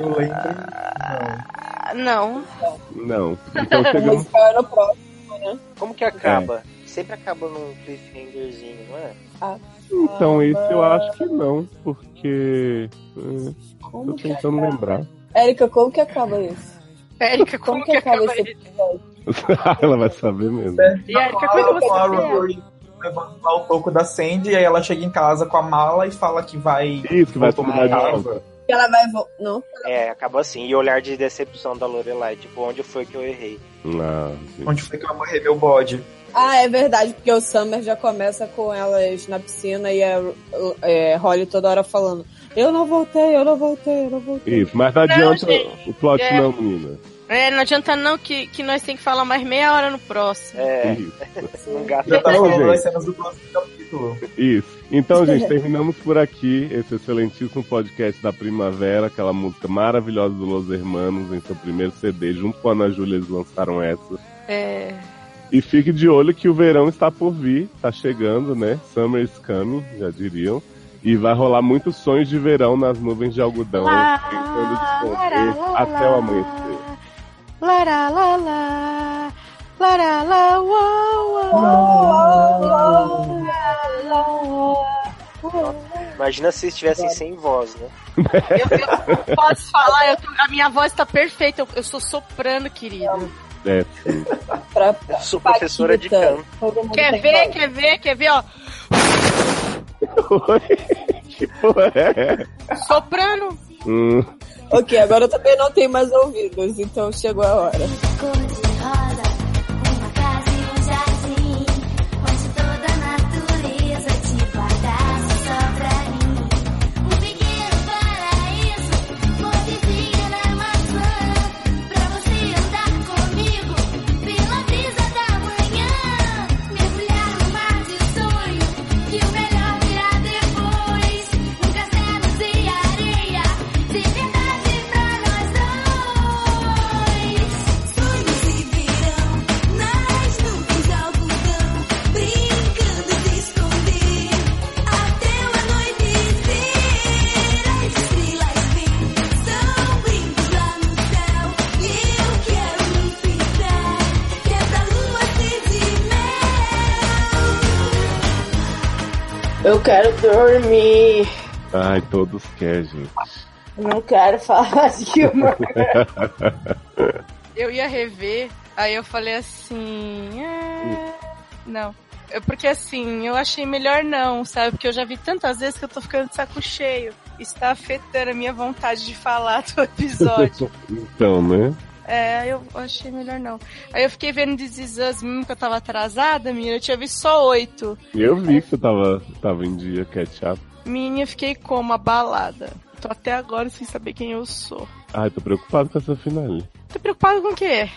Eu lembro. Não.
Ah, Não.
[laughs]
Não. Então chegamos. É.
ficar no próximo, né?
Como que acaba? Sempre acaba num cliffhangerzinho, não é?
Ah,
Então, esse eu acho que não, porque. eh,
Como
tô
que
tentando
acaba?
lembrar.
Érica, como que acaba isso?
Érica, como,
que, acaba, esse episódio?
[laughs] Ela vai saber mesmo.
E a Erika, como é que você
A
quer?
Rory levantar o toco da Sandy, aí ela chega em casa com a mala e fala que vai.
Isso, que vai
voltar
mudar de
pra
volta.
Que Ela vai. vo- Não?
É, acaba assim. E o olhar de decepção da Lorelai, tipo, onde foi que eu errei?
Não, gente.
Onde foi que eu amarrei meu bode?
Ah, é verdade, porque o Summer já começa com elas na piscina e a é, Holly toda hora falando: Eu não voltei, eu não voltei, eu não voltei.
Isso, mas não adianta
gente.
o plot,
É.
não, menina.
É, não adianta não que, que nós tem que falar mais meia hora no próximo.
É,
Isso.
um gato.
Já tá
Não,
falando
gente.
as cenas do próximo capítulo.
Isso. Então, gente, terminamos por aqui esse excelentíssimo podcast da Primavera, aquela música maravilhosa do Los Hermanos em seu primeiro CD. Junto com a Ana Júlia, eles lançaram essa.
É.
E fique de olho que o verão está por vir, tá chegando, né? Summer is coming, já diriam. E vai rolar muitos sonhos de verão nas nuvens de algodão,
Lá,
tentando
lá,
esconder
lá,
até o
lá.
amanhecer.
Lara la la, lara la
Imagina se estivessem sem voz, né?
Posso falar? Eu tô- a minha voz tá perfeita. Eu, eu sou soprano, querido.
É, sim. [laughs]
Pra-
Eu sou professora de
Paquita.
canto.
Todo mundo
Quer
tem
ver?
voz.
Quer ver? Quer ver? Ó,
que porra é? essa?
soprano.
Hum.
Ok, agora eu também não tenho mais ouvidos, então chegou a hora.
Uma casa e um jardim, onde toda a natureza te vai dar só pra mim. Um pequeno paraíso, florzinha na maçã, pra você andar comigo pela brisa da manhã. Mergulhar no mar de um sonho, que o melhor virá depois. Um castelo de areia, de verdade pra nós dois. Sonhos de verão. Nas nuvens de algodão, brincando de esconder até o anoitecer. As estrelas vêm, são brincos lá no céu. E eu quero me pintar, que essa lua seja
Eu quero dormir.
Ai, todos querem, gente.
Não quero falar [laughs] de Gilmore.
Eu ia rever, aí eu falei assim. "Ah, não. É Porque assim, eu achei melhor não, sabe? Porque eu já vi tantas vezes que eu tô ficando de saco cheio. Está afetando a minha vontade de falar do [laughs] episódio.
então, né?
É, eu achei melhor não. Aí eu fiquei vendo This Is Us, mesmo que eu tava atrasada, menina, eu tinha visto só oito.
Eu vi que você tava, tava em dia, catch-up.
Minha, eu fiquei como? Abalada. Tô até agora sem saber quem eu sou.
Ai, tô preocupado com essa finale.
Tô preocupado com o quê?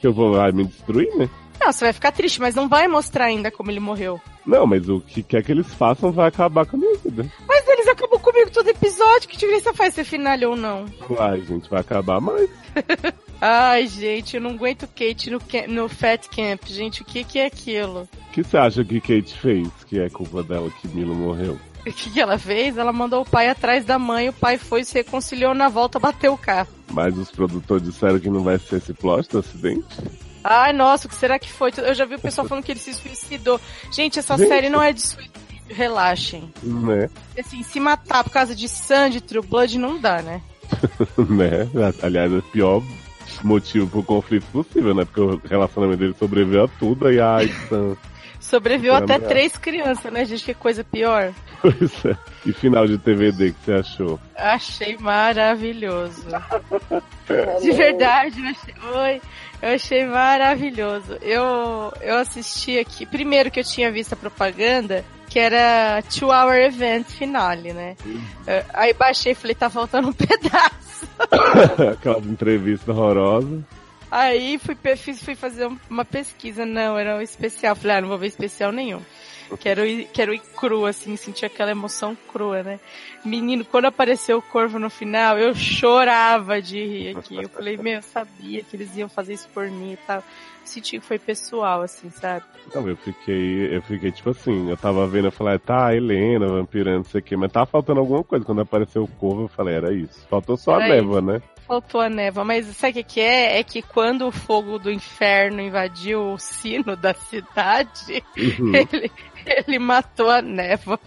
Que eu vou vai me destruir, né?
Não, você vai ficar triste, mas não vai mostrar ainda como ele morreu.
Não, mas o que quer que eles façam vai acabar com a minha vida.
Mas eles acabam comigo todo episódio, que diferença faz ser final ou não?
Ai, gente, vai acabar mais.
[laughs] Ai, gente, eu não aguento Kate no, ca- no Fat Camp. Gente, o que, que é aquilo?
O que você acha que Kate fez que é culpa dela que Milo morreu?
O que, que ela fez? Ela mandou o pai atrás da mãe, o pai foi, se reconciliou na volta, bateu o carro.
Mas os produtores disseram que não vai ser esse plot do acidente?
Ai, nossa, o que será que foi? Eu já vi o pessoal falando que ele se suicidou. Gente, essa
Gente.
série não é de suicídio, relaxem.
Né?
Assim, se matar por causa de Sandy, True Blood, não dá, né?
[laughs] né? Aliás, é o pior motivo pro conflito possível, né? Porque o relacionamento dele sobreviveu a tudo e a Aitsan.
Sobreviveu
Era
até
melhor.
três crianças, né, gente? Que coisa pior.
Pois é. E final de TVD que você achou?
Achei maravilhoso. De verdade, eu achei, oi, eu achei maravilhoso. Eu, eu assisti aqui, primeiro que eu tinha visto a propaganda, que era Two Hour Event Finale, né? Eh, Aí baixei e falei, tá faltando um [laughs] pedaço.
[laughs] Aquelas entrevistas horrorosas.
Aí fui, pe- fiz- fui fazer um- uma pesquisa, não, era um especial. Falei, ah, não vou ver especial nenhum. Quero ir, quero ir crua, assim, sentir aquela emoção crua, né? Menino, quando apareceu o corvo no final, eu chorava de rir aqui. Eu falei, meu, eu sabia que eles iam fazer isso por mim e tal. Senti que foi pessoal, assim, sabe?
Não, Então, eu fiquei, eu fiquei tipo assim, eu tava vendo, eu falei, tá, a Helena, vampirando, não sei o quê, mas tava faltando alguma coisa. Quando apareceu o corvo, eu falei, era isso. Faltou só a
Era
névoa, né?
Faltou a neva, mas sabe o que, que é? É que quando o fogo do inferno invadiu o sino da cidade,
Uhum.
[laughs] ele, ele matou a neva.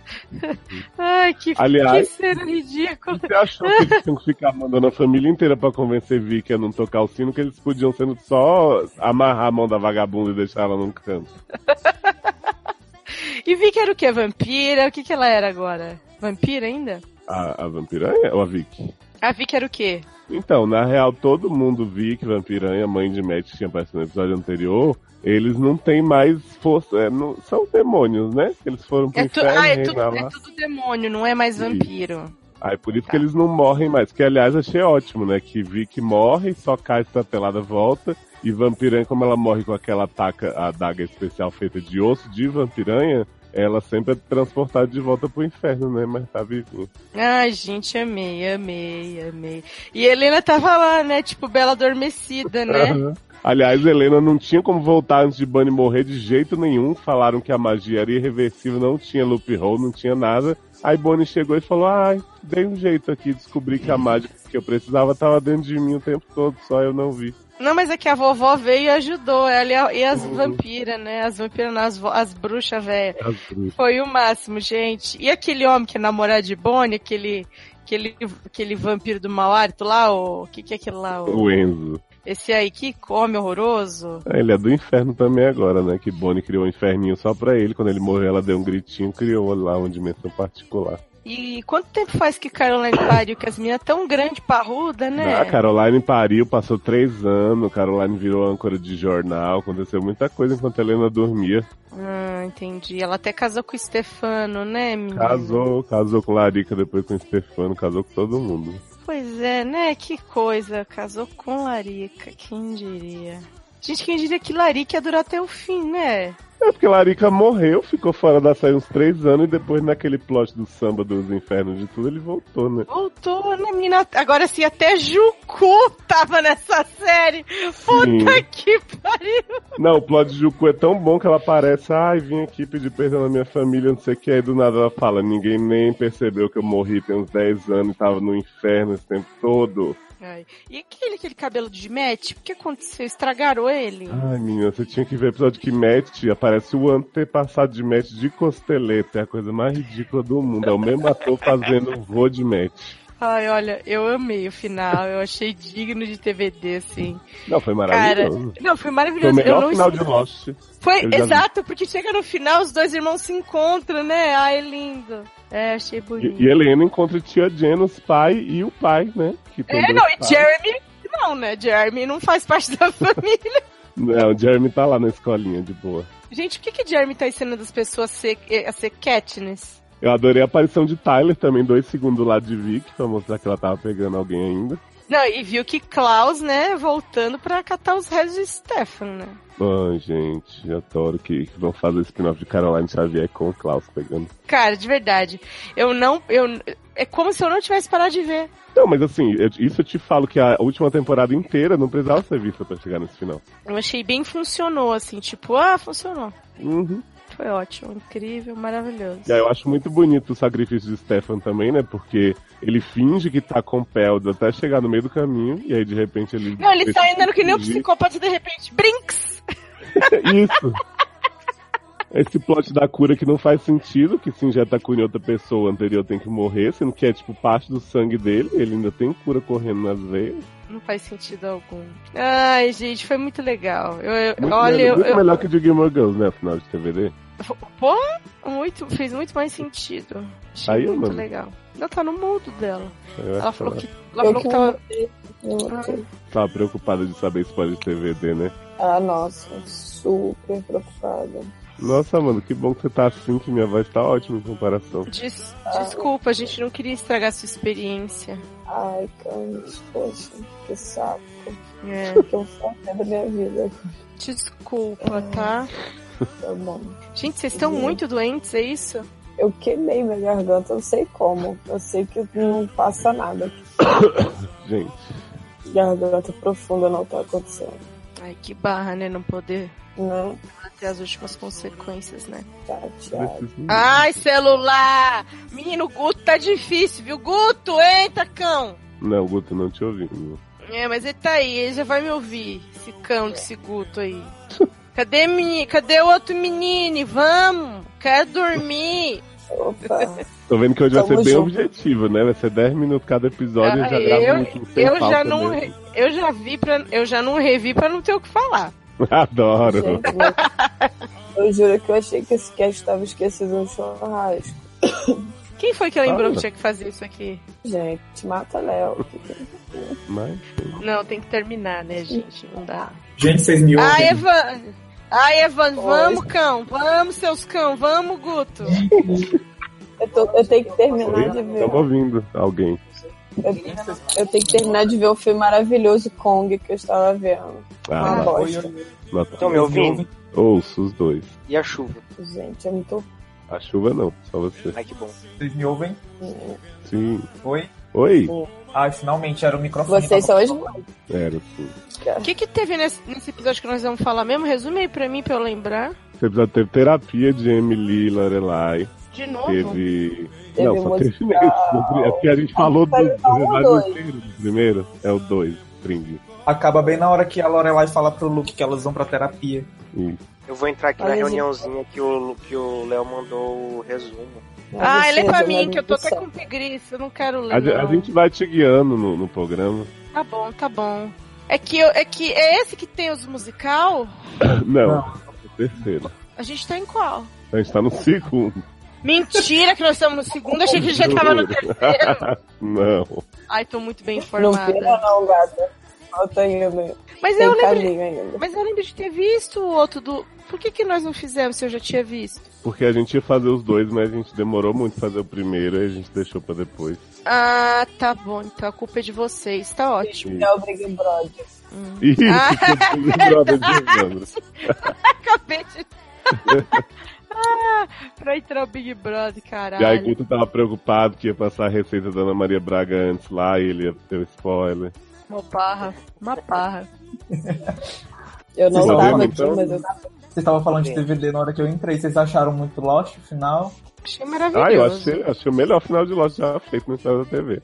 Ai, que,
Aliás,
que cena ridícula.
Você achou que eles tinham que ficar mandando a família inteira pra convencer Vicky a não tocar o sino, que eles podiam sendo só amarrar a mão da vagabunda e deixar ela num canto.
[laughs] E Vicky era o que? Vampira? O que, que ela era agora? Vampira ainda?
A, a vampiranha ou a Vicky?
A Vicky era o quê?
Então, na real, todo mundo Vicky, vampiranha, mãe de Matt, que tinha aparecido no episódio anterior, eles não têm mais força, é, não- são demônios, né? Eles foram pro
É tu-
inferno,
ah, é tudo,
reinar
é
lá.
tudo demônio, não é mais vampiro.
Aí por isso que eles não morrem mais. Que aliás achei ótimo, né? Que Vicky morre, só cai estatelada volta. E Vampiranha, como ela morre com aquela taca, a daga especial feita de osso de Vampiranha, ela sempre é transportada de volta pro inferno, né? Mas tá vivinha.
Ai, gente, amei, amei, amei. E Helena tava lá, né? Tipo, bela adormecida, né?
Aliás, Helena não tinha como voltar antes de Bunny morrer de jeito nenhum. Falaram que a magia era irreversível, não tinha loophole, não tinha nada. Aí Bonnie chegou e falou: Ai, dei um jeito aqui, descobri que a mágica que eu precisava tava dentro de mim o tempo todo, só eu não vi. Uhum.
Não, mas é que a vovó veio e ajudou ela e, a- e as vampiras, né? As vampiras, não, as, vo- as bruxas velhas.
As bruxas.
Foi o máximo, gente. E aquele homem que é namorado de Bonnie, aquele, aquele, aquele vampiro do mau hálito lá, o que que é aquele lá? o-
O Enzo.
Esse aí que come horroroso.
Ele é do inferno também agora, né? Que Bonnie criou um inferninho só pra ele. Quando ele morreu, ela deu um gritinho, criou lá uma dimensão particular.
E quanto tempo faz que Caroline pariu? Que as meninas tão grande, parruda, né?
A Ah, Caroline pariu, passou três anos. Caroline virou âncora de jornal. Aconteceu muita coisa enquanto a Helena dormia.
Ah, entendi. Ela até casou com o Stefano, né, menina?
Casou, casou com Larica, depois com o Stefano, casou com todo mundo.
Pois é, né? Que coisa. Casou com Larica, quem diria? Gente, quem diria que Larica ia durar até o fim, né?
É porque Larica morreu, ficou fora da série uns três anos. E depois, naquele plot do samba dos infernos de tudo, ele voltou, né?
Voltou, né, menina? Agora sim, até Jucu tava nessa série. Puta
Sim.
que pariu.
Não, o plot de Juku é tão bom que ela parece, ai, vim aqui pedir perdão na minha família, não sei o que, aí do nada ela fala, ninguém nem percebeu que eu morri tem uns 10 anos e tava no inferno esse tempo todo.
Ai, E aquele, aquele cabelo de Matt? O que aconteceu? Estragaram ele?
Ai, menina, você tinha que ver o episódio que Matt, aparece o antepassado de Matt de costeleta, é a coisa mais ridícula do mundo, é o mesmo ator fazendo o vô de Matt.
Ai, olha, eu amei o final. Eu achei digno de TVD, assim.
Não, foi
Cara,
maravilhoso.
não, foi
foi o
maravilhoso. eu
melhor
não
final
es-
de Lost.
Foi,
Eu já vi.
exato, porque chega no final, os dois irmãos se encontram, né? Ai, lindo. É, achei bonito.
E, e Helena encontra tia Jen, os pai e o pai, né? Que tem
é,
dois
não, e
pais.
Jeremy não, né? Jeremy não faz parte da família.
Não, o Jeremy tá lá na escolinha, de boa.
Gente, o que que Jeremy tá ensinando as pessoas a ser, a ser Katniss?
Eu adorei a aparição de Tyler também, dois segundos lá de Vic, pra mostrar que ela tava pegando alguém ainda.
Não, e viu que Klaus, né, voltando pra catar os restos de Stefan, né?
Ai, gente, eu adoro que, que vão fazer o spin-off de Caroline Xavier com o Klaus pegando.
Cara, de verdade, eu não, eu, é como se eu não tivesse parado de ver.
Não, mas assim, eu- isso eu te falo que a última temporada inteira não precisava ser vista pra chegar nesse final.
Eu achei bem funcionou, assim, tipo, ah, funcionou.
Uhum.
Foi ótimo, incrível, maravilhoso.
E aí eu acho muito bonito o sacrifício de Stefan também, né? Porque ele finge que tá com Pelda até chegar no meio do caminho, e aí de repente ele.
Não, ele sai andando que nem um
Fingir.
psicopata de repente. Brinks!
[laughs] Isso. Esse plot da cura que não faz sentido, que se injeta cura em outra pessoa, o anterior tem que morrer, sendo que é tipo parte do sangue dele, ele ainda tem cura correndo nas veias.
Não faz sentido algum. Ai, gente, foi muito legal. Eu, eu-
É Muito,
olha,
melhor,
eu,
muito
eu-
melhor que o de Gilmore Girls, né? Afinal de TVD.
Pô, muito, fez muito mais sentido. Achei
Aí,
muito
mano.
legal. Ela tá no mundo dela.
Eu
ela
acho
falou
ela-
que. Ela falou que tava.
Tava preocupada de saber spoiler de TVD, né?
Ah, nossa, super preocupada.
Nossa, mano, que bom que você tá assim, que minha voz tá ótima em comparação.
Des- Desculpa, a gente não queria estragar a sua experiência.
Ai, Candice, poxa, que saco.
É.
O que eu faço da minha vida?
Desculpa,
Mm.
tá?
Tá bom.
Gente, vocês estão
Sim.
muito doentes, é isso?
Eu queimei minha garganta, eu não sei como. Eu sei que não passa nada.
Gente.
Garganta profunda não tá acontecendo.
Ai, que barra, né? Não poder
não
até as últimas consequências, né?
Preciso-
Ai, celular! Menino, Guto tá difícil, viu? Guto, entra, cão!
Não, Guto, não te ouvi. meu.
É, mas ele tá aí, ele já vai me ouvir, esse cão desse Guto [laughs] aí. Cadê, menino? Cadê o outro menino? Vamos! Quero dormir!
Opa!
Tô vendo que hoje vai
Tamo
ser bem
junto. Ah,
objetivo, né? Vai ser 10 minutos cada episódio, eu já gravo
eu,
um sem
eu já
pauta
não
mesmo.
re- eu já vi pra, eu já não revi pra não ter o que falar.
[laughs] Adoro.
Eu juro que eu achei que esse cast tava esquecido no churrasco.
Quem foi que lembrou
Fala.
que tinha que fazer isso aqui?
Gente, mata Léo.
Mas...
Não, tem que terminar, né, gente? Não dá.
Gente, vocês me ouvem?
Ah, Evan! Ah, Evan,
Oi.
vamos, cão! Vamos, seus cão! Vamos, Guto!
Eu, tô- eu tenho que terminar de ver.
Estamos ouvindo alguém.
Eu, eu tenho que terminar de ver o filme maravilhoso Kong que eu estava vendo.
Ah,
Uma
lá.
bosta.
Lá tá.
Tão me ouvindo?
Ouço os dois.
E a chuva?
Gente, é muito.
A chuva não, só você.
Ai, que bom.
Vocês me ouvem?
Sim.
Oi?
Oi?
Ai, finalmente era o microfone.
Vocês são as
Era sim.
O que, que teve nesse, nesse episódio que nós vamos falar mesmo? Resume aí pra mim, pra eu lembrar.
Esse episódio teve terapia de Emily e Lorelai.
De novo?
Teve.
Teve
não, só teve
musical.
nesse. É porque a gente falou do,
Teve só um
do
ou dois?
inteiro. do Primeiro é o dois, Tring.
Acaba bem na hora que a Lorelai fala pro Luke que elas vão pra terapia.
Hum.
Eu vou entrar aqui na
Olha, gente.
reuniãozinha que o que o Léo mandou o resumo.
Ah, ele é pra mim, que eu tô até com preguiça, eu não quero
A,
ler.
ge- a
não.
gente vai te guiando no, no programa.
Tá bom, tá bom. É que, eu- é que é esse que tem os musical?
Não, o terceiro.
A gente tá em qual?
A gente tá no segundo. [laughs]
Mentira que nós estamos no segundo, achei que a gente já
[laughs]
tava no terceiro.
não.
Ai, tô muito bem
Não
informada.
pena não, gata. Falta ainda.
Mas
Tem
eu lembro-
caminho ainda.
Mas eu lembro de ter visto o outro do. Por que, que nós não fizemos se eu já tinha visto?
Porque a gente ia fazer os dois, mas a gente demorou muito fazer o primeiro e a gente deixou pra depois.
Ah, tá bom, então a culpa é de vocês, tá ótimo.
É o Big Brother.
[laughs] Isso,
Ah,
que Big
é
Brother de
verdade.
Evandro.
[laughs] Acabei de. [laughs] ah, pra entrar o Big Brother,
E aí,
caralho.
Guto tava preocupado que ia passar a receita da Ana Maria Braga antes lá e ele ia ter o spoiler.
Uma barra, uma barra.
Eu
não Vocês tava lembram, aqui, então?
mas eu tava.
Vocês estavam falando de TVD na hora que eu entrei. Vocês acharam muito Lost o final?
Achei
Ah, eu achei, achei o melhor final de Lost já feito na história da TV.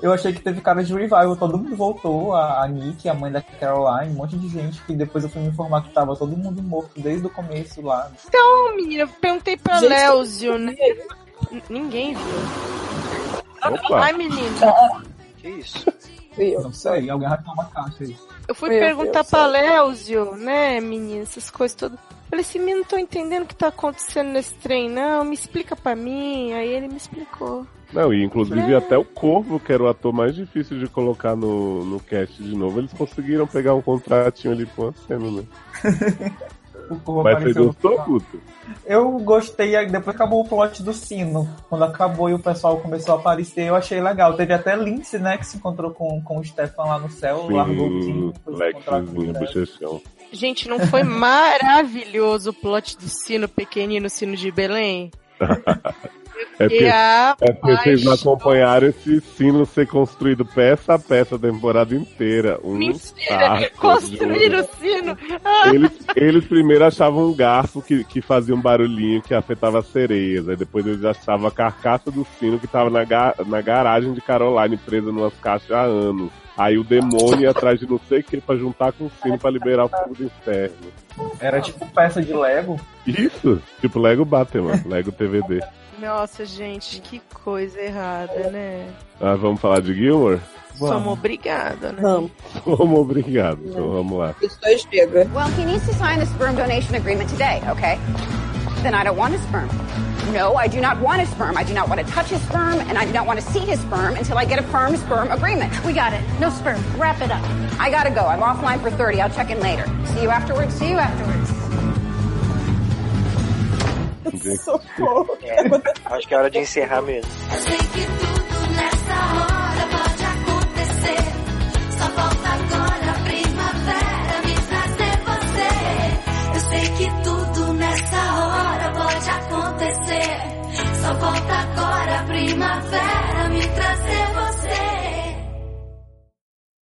Eu achei que teve cara de revival, todo mundo voltou, a, a Nick, a mãe da Caroline, um monte de gente, que depois eu fui me informar que tava todo mundo morto desde o começo lá.
Então, menina, eu perguntei pra
Gente,
Léozio, né? N- Ninguém viu.
Opa.
Ai, menina.
Que isso?
Não sei, alguém arrancou uma caixa aí.
Eu fui
Meu
perguntar
Deus,
pra Léozio, né, menina, essas coisas todas. Falei assim, menino, não tô entendendo o que tá acontecendo nesse trem, não. Me explica pra mim. Aí ele me explicou.
Não, e inclusive
É.
até o Corvo, que era o ator mais difícil de colocar no, no cast de novo, eles conseguiram pegar um contratinho ali com a cena, né?
O corvo
Mas você
apareceu no
gostou,
final.
Guto?
Eu gostei, aí depois acabou o plot do sino. Quando acabou e o pessoal começou a aparecer, eu achei legal. Teve até Lindsay, né, que se encontrou com, com o Stefan lá no céu, largou o time.
Sim, Lexizinho, bochechão.
Gente, não foi
[laughs]
maravilhoso o plot do sino pequenino, sino de Belém? Meu
É porque,
E a
é porque vocês não
paixão.
acompanharam esse sino ser construído peça a peça a temporada inteira. Um
Mentira,
saco,
construir
juro.
o sino.
Eles, eles primeiro achavam um garfo que, que fazia um barulhinho que afetava as sereias. Aí depois eles achavam a carcaça do sino que tava na, ga- na garagem de Caroline, presa numas caixas há anos. Aí o demônio ia atrás de não sei o que pra juntar com o sino pra liberar o fogo do inferno.
Era tipo peça de Lego.
Isso! Tipo Lego Batman, Lego TVD.
Nossa, gente, que coisa errada, né?
Ah, vamos falar de Gilmore?
Somos obrigada, né?
Vamos, obrigado. Então vamos lá.
Well, he needs to sign the sperm donation agreement today, okay? Then I don't want his sperm. No, I do not want his sperm. I do not want to touch his sperm, and I do not want to see his sperm until I get a firm sperm agreement. We got it. No sperm. Wrap it up. I gotta go. I'm offline for 30. I'll check in later. See you afterwards. See you afterwards.
É, acho que é hora de encerrar mesmo.
Nessa hora pode acontecer. Só falta agora a primavera me trazer você. Eu sei que tudo nessa hora pode acontecer. Só falta agora a primavera me trazer